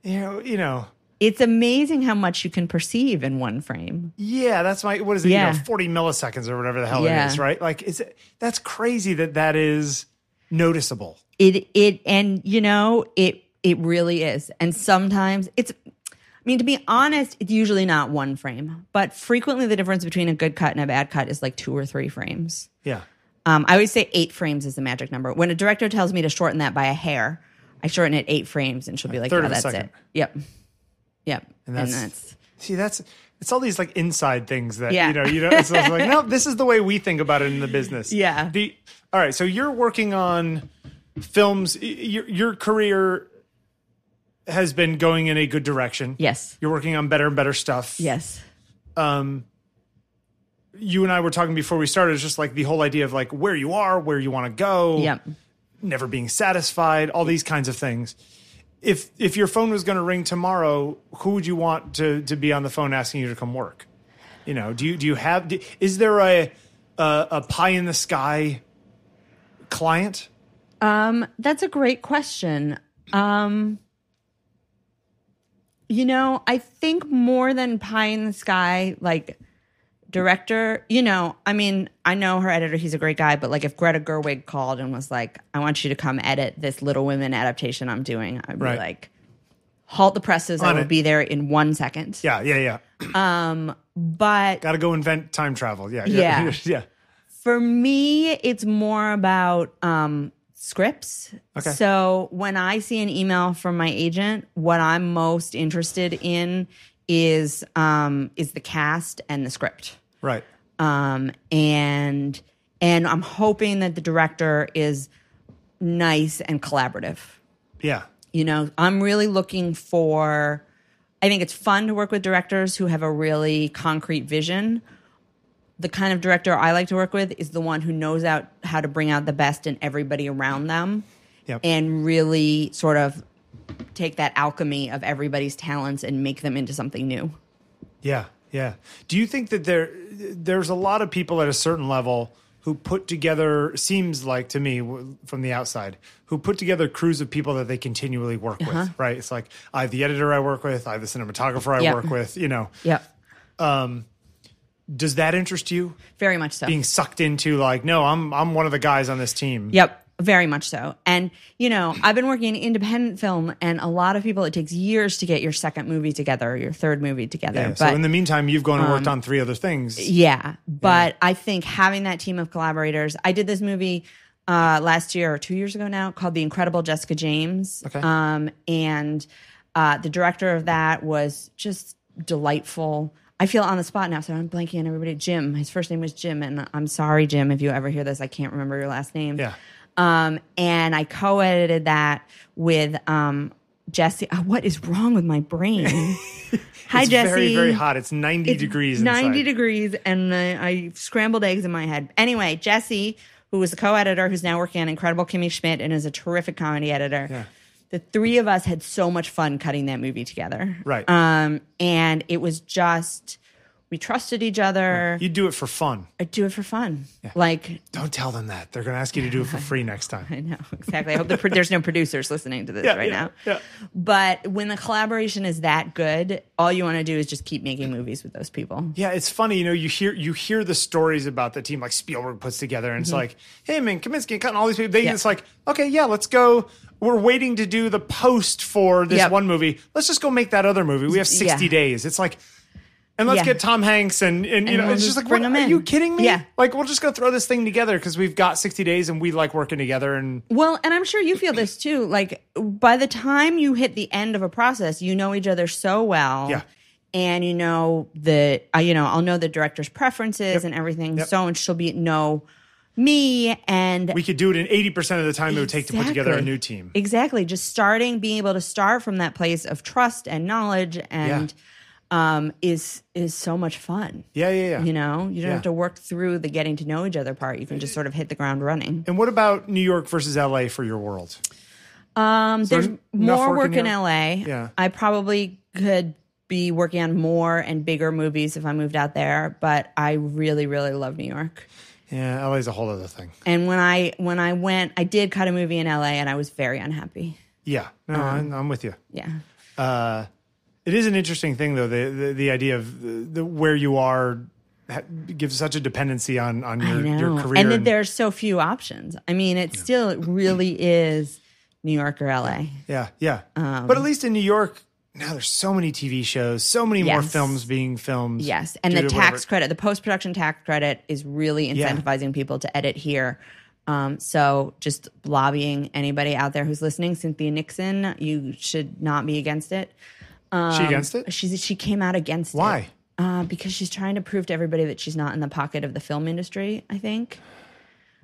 S1: You know, you know.
S2: It's amazing how much you can perceive in one frame.
S1: Yeah, that's my what is it?
S2: Yeah.
S1: You know, forty milliseconds or whatever the hell
S2: Yeah.
S1: it is, right? Like, is it, that's crazy that that is noticeable.
S2: It it and you know, it it really is. And sometimes it's I mean to be honest, it's usually not one frame, but frequently the difference between a good cut and a bad cut is like two or three frames.
S1: Yeah,
S2: Um, I always say eight frames is the magic number. When a director tells me to shorten that by a hair, I shorten it eight frames, and she'll be like,
S1: third
S2: "No,
S1: of a
S2: that's
S1: second."
S2: it." Yep, yep. And
S1: that's-
S2: that's,
S1: see, that's it's all these like inside things that
S2: Yeah.
S1: you know. You know, it's just like no, this is the way we think about it in the business.
S2: Yeah.
S1: The all right, so you're working on films. Y- Your your career has been going in a good direction.
S2: yes,
S1: You're working on better and better stuff.
S2: yes,
S1: You and I were talking before we started. It's just like the whole idea of like where you are, where you want to go.
S2: yep.
S1: never being satisfied, all these kinds of things. If if your phone was going to ring tomorrow, who would you want to to be on the phone asking you to come work? You know, do you do you have do, is there a, a a pie in the sky client?
S2: Um, that's a great question. Um, you know, I think more than pie in the sky, like director, you know, I mean, I know her editor, he's a great guy, but like if Greta Gerwig called and was like, I want you to come edit this Little Women adaptation I'm doing, I'd
S1: Right.
S2: be like, halt the presses.
S1: On
S2: I will
S1: it.
S2: be there in one second.
S1: Yeah, yeah, yeah.
S2: But
S1: Got to go invent time travel. Yeah, yeah,
S2: Yeah.
S1: yeah.
S2: For me, it's more about um, scripts.
S1: Okay.
S2: So when I see an email from my agent, what I'm most interested in is um, is the cast and the script
S1: Right.
S2: um, and and I'm hoping that the director is nice and collaborative.
S1: Yeah.
S2: You know, I'm really looking for. I think it's fun to work with directors who have a really concrete vision. The kind of director I like to work with is the one who knows out how to bring out the best in everybody around them,
S1: Yep.
S2: and really sort of take that alchemy of everybody's talents and make them into something new.
S1: Yeah, yeah. Do you think that there there's a lot of people at a certain level who put together seems like to me w- from the outside who put together crews of people that they continually work
S2: Uh-huh.
S1: with, right? It's like I have the editor I work with, I have the cinematographer I
S2: Yep.
S1: work with, you know.
S2: Yep,
S1: Does that interest you?
S2: very much so.
S1: Being sucked into like, no, I'm I'm one of the guys on this team.
S2: Yep, very much so. And you know, I've been working in independent film, and a lot of people it takes years to get your second movie together, your third movie together.
S1: Yeah,
S2: but Um,
S1: so in the meantime, you've gone and worked on three other things.
S2: yeah, but I think having that team of collaborators. I did this movie uh, last year or two years ago now called The Incredible Jessica James.
S1: Okay.
S2: Um, and uh, the director of that was just delightful. I feel on the spot now, so I'm blanking on everybody. Jim, his first name was Jim, and I'm sorry, Jim, if you ever hear this, I can't remember your last name.
S1: Yeah.
S2: Um, and I co-edited that with um, Jesse. uh, What is wrong with my brain? Hi,
S1: it's
S2: Jesse.
S1: very very hot. It's 90 degrees.
S2: Ninety
S1: inside.
S2: degrees, and I, I scrambled eggs in my head. Anyway, Jesse, who was the co-editor, who's now working on Incredible Kimmy Schmidt and is a terrific comedy editor.
S1: Yeah.
S2: The three of us had so much fun cutting that movie together.
S1: Right.
S2: Um, and it was just We trusted each other.
S1: You do it for fun.
S2: I do it for fun. Like
S1: Don't tell them that. They're going to ask you to do it for free next time.
S2: I know exactly. I hope the pro- there's no producers listening to this right
S1: yeah,
S2: now.
S1: yeah.
S2: But when the collaboration is that good, all you want to do is just keep making movies with those people.
S1: Yeah, it's funny, you know, you hear you hear the stories about the team like Spielberg puts together and it's like, hey man, Kaminsky and Cotton, all these people. They
S2: Mm-hmm. Yeah.
S1: it's like, okay, yeah, let's go. We're waiting to do the post for this
S2: Yep.
S1: one movie. Let's just go make that other movie. We have 60
S2: Yeah.
S1: days. It's like and let's
S2: Yeah.
S1: get Tom Hanks and and you
S2: And
S1: know,
S2: we'll
S1: it's just
S2: just
S1: like
S2: bring
S1: what,
S2: them
S1: are
S2: in.
S1: you kidding me?
S2: Yeah.
S1: Like we're just gonna throw this thing together because we've got 60 days and we like working together and
S2: Well, and I'm sure you feel this too. Like by the time you hit the end of a process, you know each other so well.
S1: Yeah.
S2: And you know the uh, you know I'll know the director's preferences and everything.
S1: Yep.
S2: So and she'll be know me and
S1: we could do it in 80% of the time it would take to put together a
S2: Exactly.
S1: new team.
S2: Exactly. Just starting, being able to start from that place of trust and knowledge, and um, is is so much fun.
S1: Yeah, yeah, yeah.
S2: You know, you don't
S1: Yeah.
S2: have to work through the getting to know each other part. You can just sort of hit the ground running.
S1: And what about New York versus LA for your world?
S2: Um,
S1: there's
S2: there's
S1: enough
S2: more
S1: work
S2: work
S1: in
S2: in
S1: your-
S2: LA.
S1: Yeah.
S2: I probably could be working on more and bigger movies if I moved out there, but I really, really love New York.
S1: Yeah, LA's a whole other thing.
S2: And when I when I went, I did cut a movie in LA, and I was very unhappy.
S1: Yeah,
S2: Um,
S1: no, I'm, I'm with you.
S2: Yeah.
S1: It is an interesting thing, though. The the, the idea of the, the, where you are ha- gives such a dependency on on your,
S2: I
S1: your
S2: know.
S1: career.
S2: And that there's so few options. I mean, it still really is New York or LA.
S1: yeah, yeah. but
S2: Um,
S1: at least in New York now, there's so many TV shows, so many more
S2: Yes.
S1: films being filmed.
S2: Yes. And
S1: due
S2: the
S1: to
S2: tax
S1: whatever-
S2: credit, the post production tax credit is really
S1: Yeah.
S2: incentivizing people to edit here. Um, so just lobbying anybody out there who's listening, Cynthia Nixon, you should not be against it.
S1: she against it?
S2: She's, she came out against it.
S1: Why?
S2: Uh, because she's trying to prove to everybody that she's not in the pocket of the film industry, I think.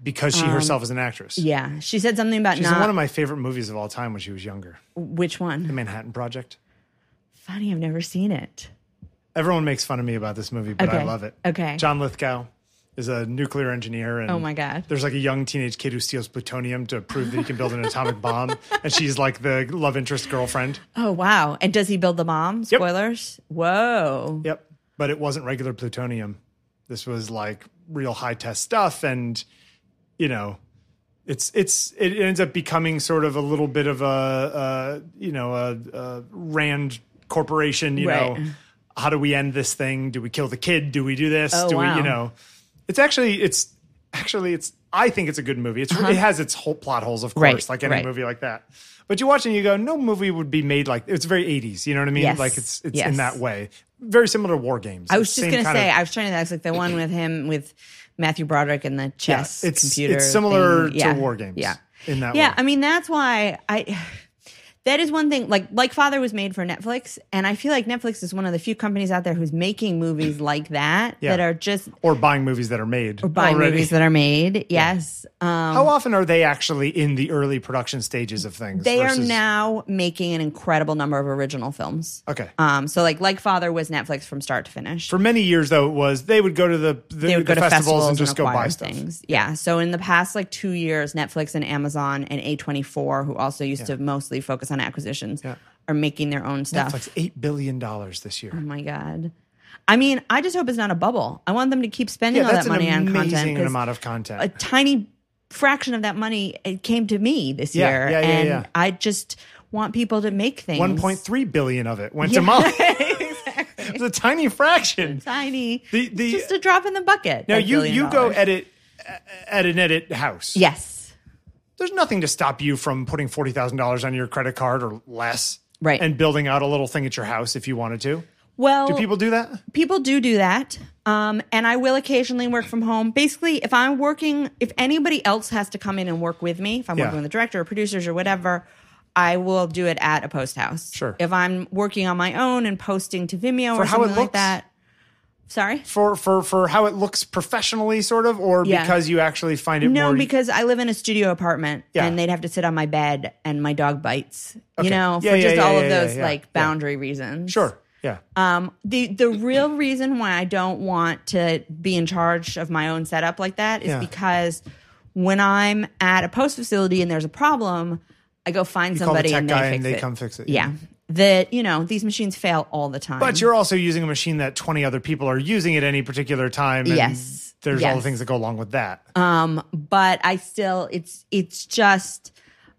S1: Because she herself is an actress.
S2: Um, Yeah. She said something about
S1: She's in
S2: not.
S1: one of my favorite movies of all time when she was younger,
S2: which
S1: The
S2: one?
S1: Manhattan Project.
S2: Funny, I've never seen it.
S1: Everyone makes fun of me about this movie, but I
S2: Okay.
S1: love it.
S2: Okay.
S1: John Lithgow is a nuclear engineer, and
S2: Oh my God.
S1: there's like a young teenage kid who steals plutonium to prove that he can build an atomic bomb, and she's like the love interest girlfriend.
S2: Oh wow! And does he build the bomb? Spoilers. Whoa.
S1: Yep. But it wasn't regular plutonium. This was like real high test stuff, and you know, it's it's it ends up becoming sort of a little bit of a, a you know a, a Rand corporation. You
S2: Right.
S1: know, how do we end this thing? Do we kill the kid? Do we do this?
S2: Oh,
S1: do we
S2: wow.
S1: you know? It's actually it's actually it's I think it's a good movie. It's it has its whole plot holes, of course,
S2: Uh-huh. Right,
S1: like any
S2: right.
S1: movie like that. But you watch it and you go, no movie would be made like it's very 80s. You know what I mean?
S2: Yes,
S1: Like it's it's in
S2: yes.
S1: that way. Very similar to War Games.
S2: I was just gonna say.
S1: uh,
S2: I was trying to. That's like the one with him with Matthew Broderick and the chess
S1: it's-
S2: computer.
S1: it's similar
S2: thing.
S1: to War Games
S2: Yeah.
S1: in that
S2: Yeah.
S1: way.
S2: I mean, that's why I. That is one thing. Like, like Father was made for Netflix, and I feel like Netflix is one of the few companies out there who's making movies like that
S1: Yeah.
S2: that are just
S1: or buying movies that are made. Or
S2: buying movies that are made. Yes. Um,
S1: How often are they actually in the early production stages of things?
S2: they are
S1: versus-
S2: now making an incredible number of original films.
S1: Okay.
S2: Um, so like like Father was Netflix from start to finish.
S1: For many years, though, it was they would go to the, the,
S2: they would
S1: the
S2: go to
S1: festivals,
S2: festivals
S1: and just go
S2: acquire
S1: buy stuff.
S2: things. Yeah. So in the past like two years, Netflix and Amazon and A24, who also used to mostly focus on acquisitions, are making their own stuff.
S1: It's like eight billion dollars this year.
S2: Oh my god. I mean, I just hope it's not a bubble. I want them to keep spending
S1: yeah,
S2: all
S1: that's
S2: that money
S1: an
S2: on
S1: amazing
S2: content. 'cause
S1: amount of content.
S2: a tiny fraction of that money it came to me this
S1: Yeah,
S2: year.
S1: yeah, yeah,
S2: and
S1: yeah.
S2: I just want people to make things.
S1: One point three billion of it went to mom. it's a tiny fraction.
S2: tiny.
S1: The- the-
S2: just a drop in the bucket.
S1: Now
S2: that
S1: you
S2: billion
S1: you go
S2: dollars.
S1: edit at an edit house.
S2: Yes.
S1: there's nothing to stop you from putting forty thousand dollars on your credit card or less,
S2: Right.
S1: And building out a little thing at your house if you wanted to.
S2: Well,
S1: Do people do that?
S2: people do do that. Um, and I will occasionally work from home. Basically, if I'm working, if anybody else has to come in and work with me, if I'm
S1: Yeah.
S2: working with the director or producers or whatever, I will do it at a post house.
S1: Sure.
S2: If I'm working on my own and posting to Vimeo
S1: For
S2: or
S1: how it
S2: something like
S1: looks.
S2: that. Sorry.
S1: For for for how it looks professionally, sort of, or
S2: Yeah.
S1: because you actually find it
S2: No,
S1: more.
S2: because I live in a studio apartment
S1: Yeah.
S2: and they'd have to sit on my bed and my dog bites,
S1: Okay.
S2: you know,
S1: Yeah,
S2: for
S1: yeah,
S2: just
S1: yeah,
S2: all
S1: yeah,
S2: of
S1: yeah,
S2: those
S1: yeah, yeah.
S2: like boundary reasons.
S1: sure, yeah,
S2: Um, the the real reason why I don't want to be in charge of my own setup like that is
S1: Yeah.
S2: because when I'm at a post facility and there's a problem, I go
S1: call
S2: find
S1: the
S2: somebody
S1: tech
S2: and they
S1: guy
S2: fix
S1: and they
S2: it.
S1: come fix it, yeah.
S2: Yeah. that you know these machines fail all the time.
S1: But you're also using a machine that 20 other people are using at any particular time. and
S2: Yes.
S1: There's all the
S2: Yes. Um,
S1: things that go along with that.
S2: but I still it's it's just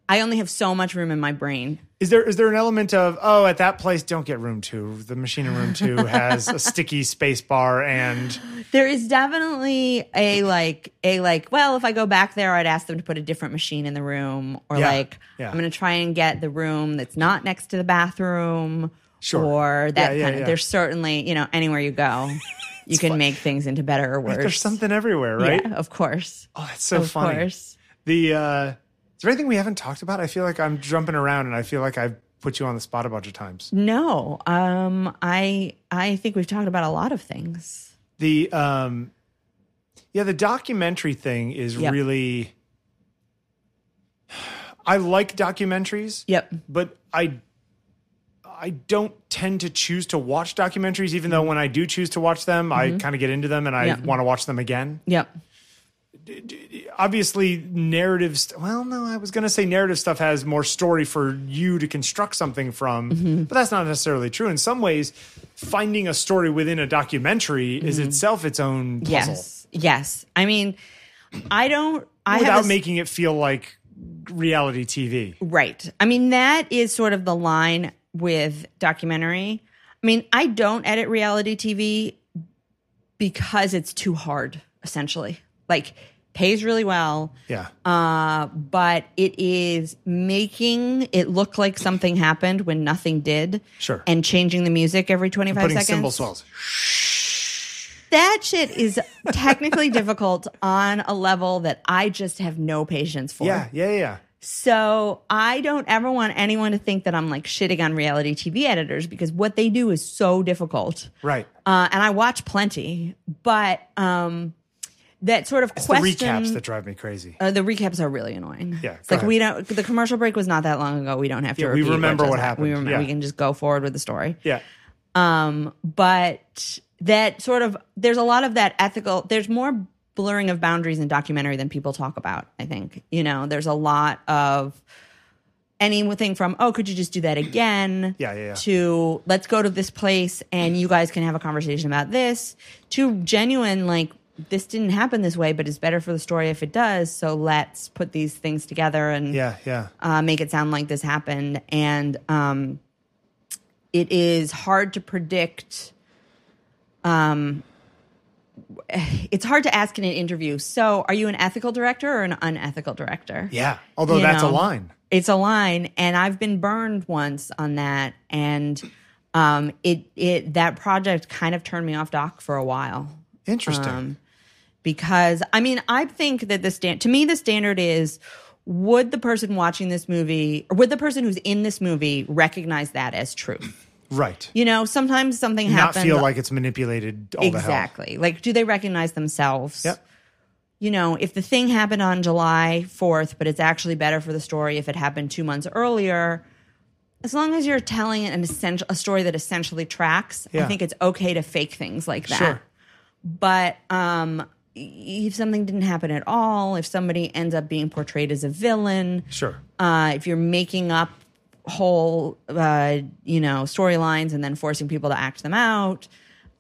S2: I only have so much room in my brain.
S1: Is there is there an element of oh at that place don't get room two? The machine in room two has a sticky space bar and
S2: There is definitely a like a like well if I go back there I'd ask them to put a different machine in the room or
S1: Yeah.
S2: like
S1: Yeah.
S2: I'm going to try and get the room that's not next to the bathroom
S1: Sure.
S2: or
S1: Yeah,
S2: that
S1: yeah,
S2: kind of
S1: yeah.
S2: there's certainly you know anywhere you go you can make things into better or worse.
S1: there's something everywhere, right?
S2: Yeah, of course.
S1: Oh, that's so
S2: of
S1: funny.
S2: course.
S1: The uh, is there anything we haven't talked about? I feel like I'm jumping around and I feel like I've put you on the spot a bunch of times.
S2: No. Um I I think we've talked about a lot of things.
S1: The um, yeah, the documentary thing is
S2: Yep.
S1: really. I like documentaries.
S2: Yep.
S1: but I I don't tend to choose to watch documentaries, even though when I do choose to watch them, I kind of get into them and I
S2: Yeah.
S1: want to watch them again.
S2: Yep.
S1: Obviously, narrative. St- well, no, I was going to say narrative stuff has more story for you to construct something from,
S2: Mm-hmm.
S1: but that's not necessarily true. In some ways, finding a story within a documentary is itself its own puzzle
S2: Mm-hmm. Yes. Yes. I mean, I don't. I have a
S1: without
S2: s-
S1: making it feel like reality TV.
S2: right. I mean, that is sort of the line with documentary. I mean, I don't edit reality TV because it's too hard. Essentially, like pays really well,
S1: Yeah.
S2: uh, but it is making it look like something happened when nothing did.
S1: Sure.
S2: And changing the music every twenty five
S1: Putting
S2: seconds.
S1: cymbal swells.
S2: that shit is technically difficult on a level that I just have no patience for.
S1: Yeah, yeah, yeah.
S2: So I don't ever want anyone to think that I'm like shitting on reality TV editors because what they do is so difficult.
S1: Right.
S2: Uh, and I watch plenty, but um, that sort of
S1: The
S2: question.
S1: recaps that drive me crazy.
S2: uh, the recaps are really annoying.
S1: Yeah,
S2: it's
S1: go
S2: like
S1: ahead.
S2: we don't. The commercial break was not that long ago. We don't have to.
S1: Yeah, we
S2: repeat
S1: remember what
S2: just
S1: happened.
S2: We remember.
S1: Yeah.
S2: We can just go forward with the story.
S1: Yeah.
S2: Um, but that sort of there's a lot of that ethical. There's more blurring of boundaries in documentary than people talk about. I think you know there's a lot of anything from oh could you just do that again
S1: Yeah, yeah, yeah.
S2: to let's go to this place and you guys can have a conversation about this to genuine like this didn't happen this way but it's better for the story if it does so let's put these things together and
S1: Yeah, yeah.
S2: uh, make it sound like this happened. And um, it is hard to predict. Um, it's hard to ask in an interview. So, are you an ethical director or an unethical director?
S1: Yeah. Although
S2: You
S1: that's a
S2: know?
S1: line.
S2: It's a line, and I've been burned once on that, and um, it it that project kind of turned me off doc for a while
S1: Interesting.
S2: um, because I mean, I think that the stand to me the standard is would the person watching this movie or would the person who's in this movie recognize that as truth?
S1: right.
S2: You know, sometimes something
S1: Not
S2: happens.
S1: feel like it's manipulated all
S2: exactly. Like, do they recognize themselves?
S1: the hell. Yep.
S2: You know, if the thing happened on July 4th, but it's actually better for the story if it happened two months earlier, as long as you're telling an essential a story that essentially tracks, I
S1: Yeah.
S2: think it's okay to fake things like that
S1: Sure.
S2: but um if something didn't happen at all if somebody ends up being portrayed as a villain
S1: Sure.
S2: uh if you're making up whole uh you know storylines and then forcing people to act them out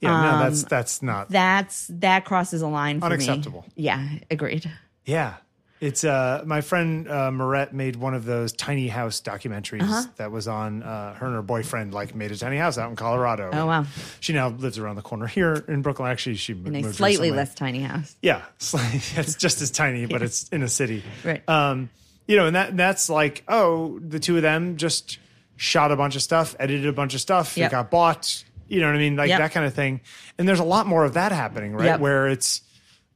S1: Yeah, no, that's that's not.
S2: that's Um, that crosses a line for
S1: Unacceptable.
S2: me yeah agreed
S1: yeah. It's uh my friend uh Marette made one of those tiny house documentaries
S2: Uh-huh.
S1: that was on uh her and her boyfriend like made a tiny house out in Colorado.
S2: oh wow
S1: She now lives around the corner here in Brooklyn. Actually, she
S2: in a
S1: moved recently.
S2: slightly less tiny house
S1: Yeah, it's like- it's just as tiny, but it's in a city.
S2: Right.
S1: Um, you know, and that that's like, oh, the two of them just shot a bunch of stuff, edited a bunch of stuff,
S2: Yep.
S1: it got bought. You know what I mean, like
S2: Yep.
S1: that kind of thing. And there's a lot more of that happening, right?
S2: Yep.
S1: Where it's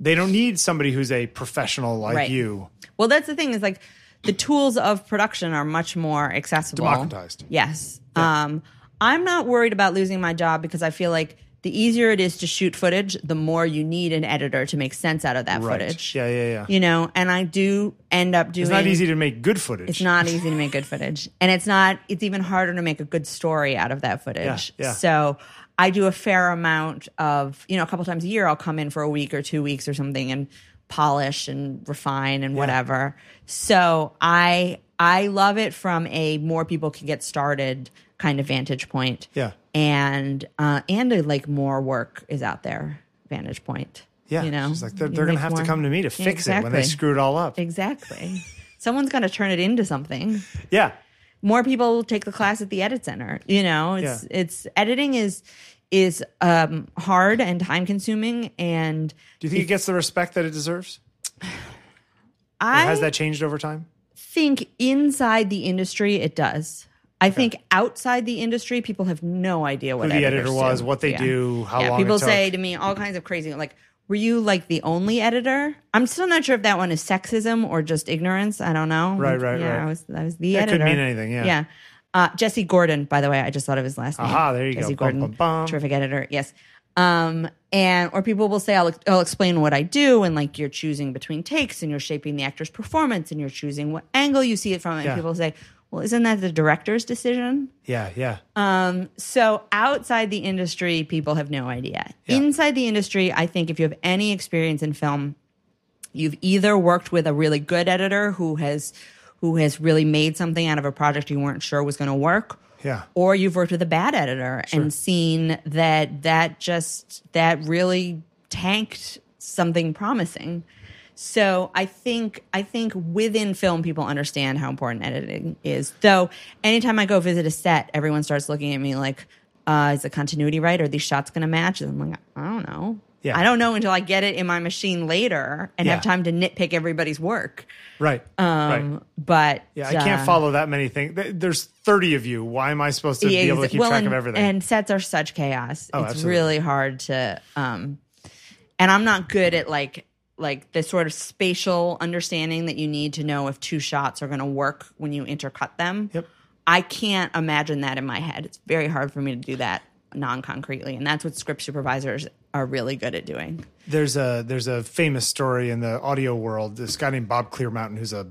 S1: they don't need somebody who's a professional like
S2: Right.
S1: you.
S2: Well, that's the thing is like the tools of production are much more accessible,
S1: Democratized.
S2: Yes. Um, I'm not worried about losing my job because I feel like the easier it is to shoot footage, the more you need an editor to make sense out of that
S1: Right.
S2: footage.
S1: Yeah, yeah, yeah.
S2: You know, and I do end up doing.
S1: It's not easy to make good footage.
S2: It's not easy to make good footage, and it's not. It's even harder to make a good story out of that footage.
S1: Yeah, yeah.
S2: So. I do a fair amount of, you know, a couple times a year, I'll come in for a week or two weeks or something and polish and refine and whatever. So I I love it from a more people can get started kind of vantage point.
S1: Yeah.
S2: And uh and a, like more work is out there vantage point.
S1: Yeah,
S2: You know.
S1: she's like they're,
S2: You
S1: they're gonna
S2: make
S1: have
S2: more-
S1: to come to me to
S2: Yeah,
S1: fix it when they
S2: exactly.
S1: screw it all up.
S2: Exactly. Someone's going to turn it into something.
S1: Yeah,
S2: More people will take the class at the edit center. You know, it's
S1: Yeah.
S2: it's editing is is um hard and time consuming and
S1: do you think it gets the respect that it deserves? Or
S2: I
S1: has that changed over time?
S2: think inside the industry it does. I think outside the industry, people have no idea what
S1: Who the editor
S2: editors
S1: was,
S2: do.
S1: what they do, how long it
S2: People say
S1: took.
S2: to me all kinds of crazy, like, "Were you like the only editor?" I'm still not sure if that one is sexism or just ignorance. I don't know.
S1: Right, right,
S2: yeah,
S1: right.
S2: I was, I was the
S1: That could
S2: editor.
S1: mean anything, yeah.
S2: yeah. Uh, Jesse Gordon, by the way, I just thought of his last name.
S1: Aha, there you go.
S2: Jesse
S1: Bum,
S2: Gordon,
S1: bum, bum.
S2: terrific editor. Yes. Um, and or people will say, I'll, I'll explain what I do, and like you're choosing between takes, and you're shaping the actor's performance, and you're choosing what angle you see it from. And
S1: Yeah.
S2: people say, Well, isn't that the director's decision?
S1: Yeah, yeah.
S2: Um, So outside the industry, people have no idea.
S1: Yeah.
S2: Inside the industry, I think if you have any experience in film, you've either worked with a really good editor who has who has really made something out of a project you weren't sure was going to work.
S1: Yeah.
S2: Or you've worked with a bad editor and seen that that just that really tanked something promising. So I think I think within film people understand how important editing is. Though anytime I go visit a set, everyone starts looking at me like, uh, is the continuity right? Are these shots gonna match? And I'm like, I don't know.
S1: Yeah.
S2: I don't know until I get it in my machine later and
S1: Yeah.
S2: have time to nitpick everybody's work.
S1: right. right.
S2: Um, But
S1: Yeah, I can't
S2: uh,
S1: follow that many things. There's 30 of you. Why am I supposed to
S2: yeah,
S1: be able to
S2: exa-
S1: keep
S2: well,
S1: track
S2: and,
S1: of everything? Oh,
S2: And sets are such chaos. it's
S1: absolutely.
S2: really hard to um and I'm not good at like like the sort of spatial understanding that you need to know if two shots are going to work when you intercut them.
S1: Yep.
S2: I can't imagine that in my head. It's very hard for me to do that non-concretely and that's what script supervisors are really good at doing.
S1: there's a there's a famous story in the audio world. This guy named Bob Clearmountain, who's a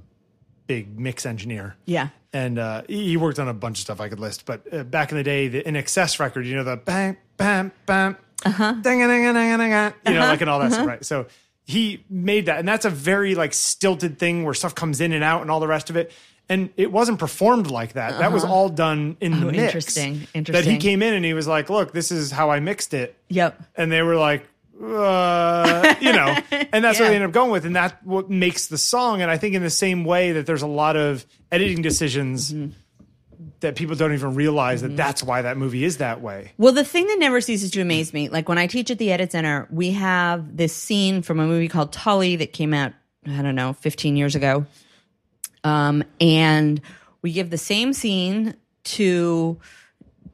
S1: big mix engineer.
S2: Yeah.
S1: and uh, he he worked on a bunch of stuff I could list. But uh, back in the day, the In Excess record, you know, the bam, bam, bam, uh-huh. ding-a-ding-a-ding-a-ding-a, you know,
S2: Uh-huh.
S1: like and all that stuff, right? So he made that, and that's a very like stilted thing where stuff comes in and out and all the rest of it. And it wasn't performed like that. That was all done in the mix.
S2: Uh-huh. Oh, interesting,
S1: That he
S2: interesting.
S1: came in and he was like, "Look, this is how I mixed it."
S2: Yep.
S1: and they were like uh, you know and that's what
S2: Yeah.
S1: they end up going with and that's what makes the song and i think in the same way that there's a lot of editing decisions
S2: Mm-hmm.
S1: that people don't even realize that that's why that movie is that way
S2: Well, the thing that never ceases to amaze me, like when I teach at the Edit Center, we have this scene from a movie called Tully that came out, I don't know, 15 years ago. Um, and we give the same scene to,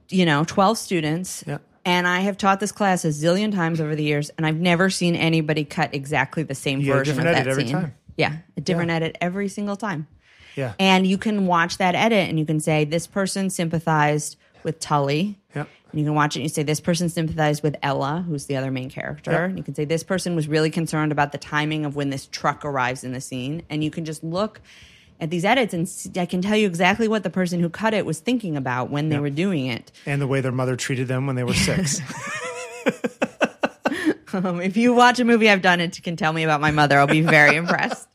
S2: you know, 12 students.
S1: Yeah.
S2: And I have taught this class a zillion times over the years, and I've never seen anybody cut exactly the same
S1: get a
S2: version of
S1: different
S2: that
S1: edit every
S2: scene.
S1: time.
S2: Yeah, a different edit every single time.
S1: yeah
S2: And you can watch that edit and you can say, this person sympathized with Tully.
S1: Yep.
S2: And you can watch it and you say, this person sympathized with Ella, who's the other main character.
S1: Yep.
S2: And you can say, this person was really concerned about the timing of when this truck arrives in the scene. And you can just look at these edits and see, I can tell you exactly what the person who cut it was thinking about when they were doing it.
S1: and the way their mother treated them when they were six
S2: Um, if you watch a movie I've done and can tell me about my mother, I'll be very impressed.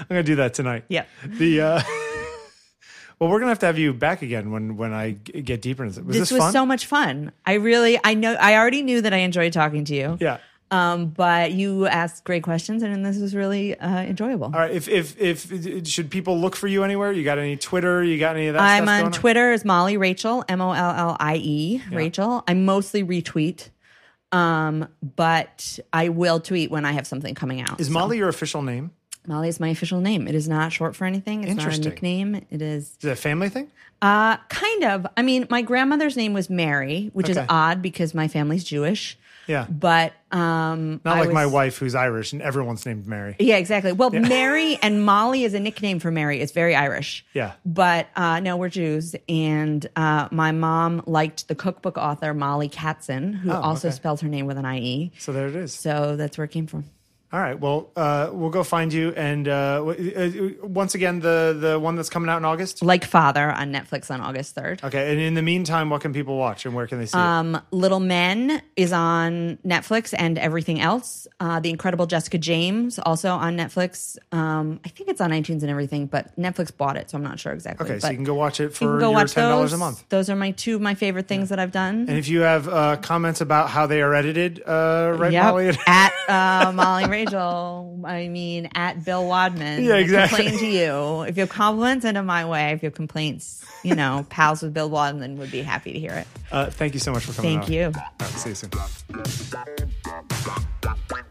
S1: i'm gonna do that tonight
S2: Yep.
S1: the uh well we're gonna have to have you back again when when i g- get deeper into it was this,
S2: this was
S1: fun
S2: so much fun. I really, I know, I already knew that I enjoyed talking to you.
S1: yeah
S2: Um, but you asked great questions, and this was really uh, enjoyable.
S1: all right if if if should people look for you anywhere you got any twitter you got any of that
S2: I'm
S1: stuff
S2: on
S1: going
S2: Twitter as Molly Rachel, M O L L I E, Rachel. I mostly retweet, um, but I will tweet when I have something coming out.
S1: is molly your official name
S2: Molly is my official name. It is not short for anything. It's not a
S1: Interesting.
S2: nickname. It is
S1: is it a family thing
S2: Uh, kind of. I mean, my grandmother's name was Mary, which is
S1: Okay.
S2: odd because my family's Jewish.
S1: Yeah.
S2: But um,
S1: Not
S2: I
S1: like my
S2: was-
S1: wife, who's Irish, and everyone's named Mary.
S2: Yeah, exactly. Well, Mary and Molly is a nickname for Mary. It's very Irish.
S1: Yeah.
S2: But uh, no, we're Jews. And uh, my mom liked the cookbook author Molly Katzen, who also
S1: Oh, okay.
S2: spells her name with an IE.
S1: So there it is.
S2: So that's where it came from.
S1: All right. Well, uh, we'll go find you. And uh, w- uh, once again, the the one that's coming out in August.
S2: Like Father on Netflix on August 3rd.
S1: Okay. And in the meantime, what can people watch and where can they see it?
S2: Um, Little Men is on Netflix and everything else. Uh, the Incredible Jessica James also on Netflix. Um, I think it's on iTunes and everything, but Netflix bought it, so I'm not sure exactly.
S1: Okay,
S2: but
S1: so you can go watch it
S2: you
S1: for
S2: can go
S1: your
S2: watch
S1: ten dollars
S2: those.
S1: a month.
S2: Those are my two of my favorite things that I've done.
S1: And if you have uh, comments about how they are edited, uh, right,
S2: Yep.
S1: Molly?
S2: at uh, Molly Rachel. I mean, at Bill Wadman.
S1: Yeah, exactly.
S2: Complain to you if you have compliments, send them my way. If you have complaints, you know, pals with Bill Wadman would be happy to hear it.
S1: Uh, thank you so much for coming.
S2: Thank
S1: on.
S2: you.
S1: All right, see you soon.
S3: Bye.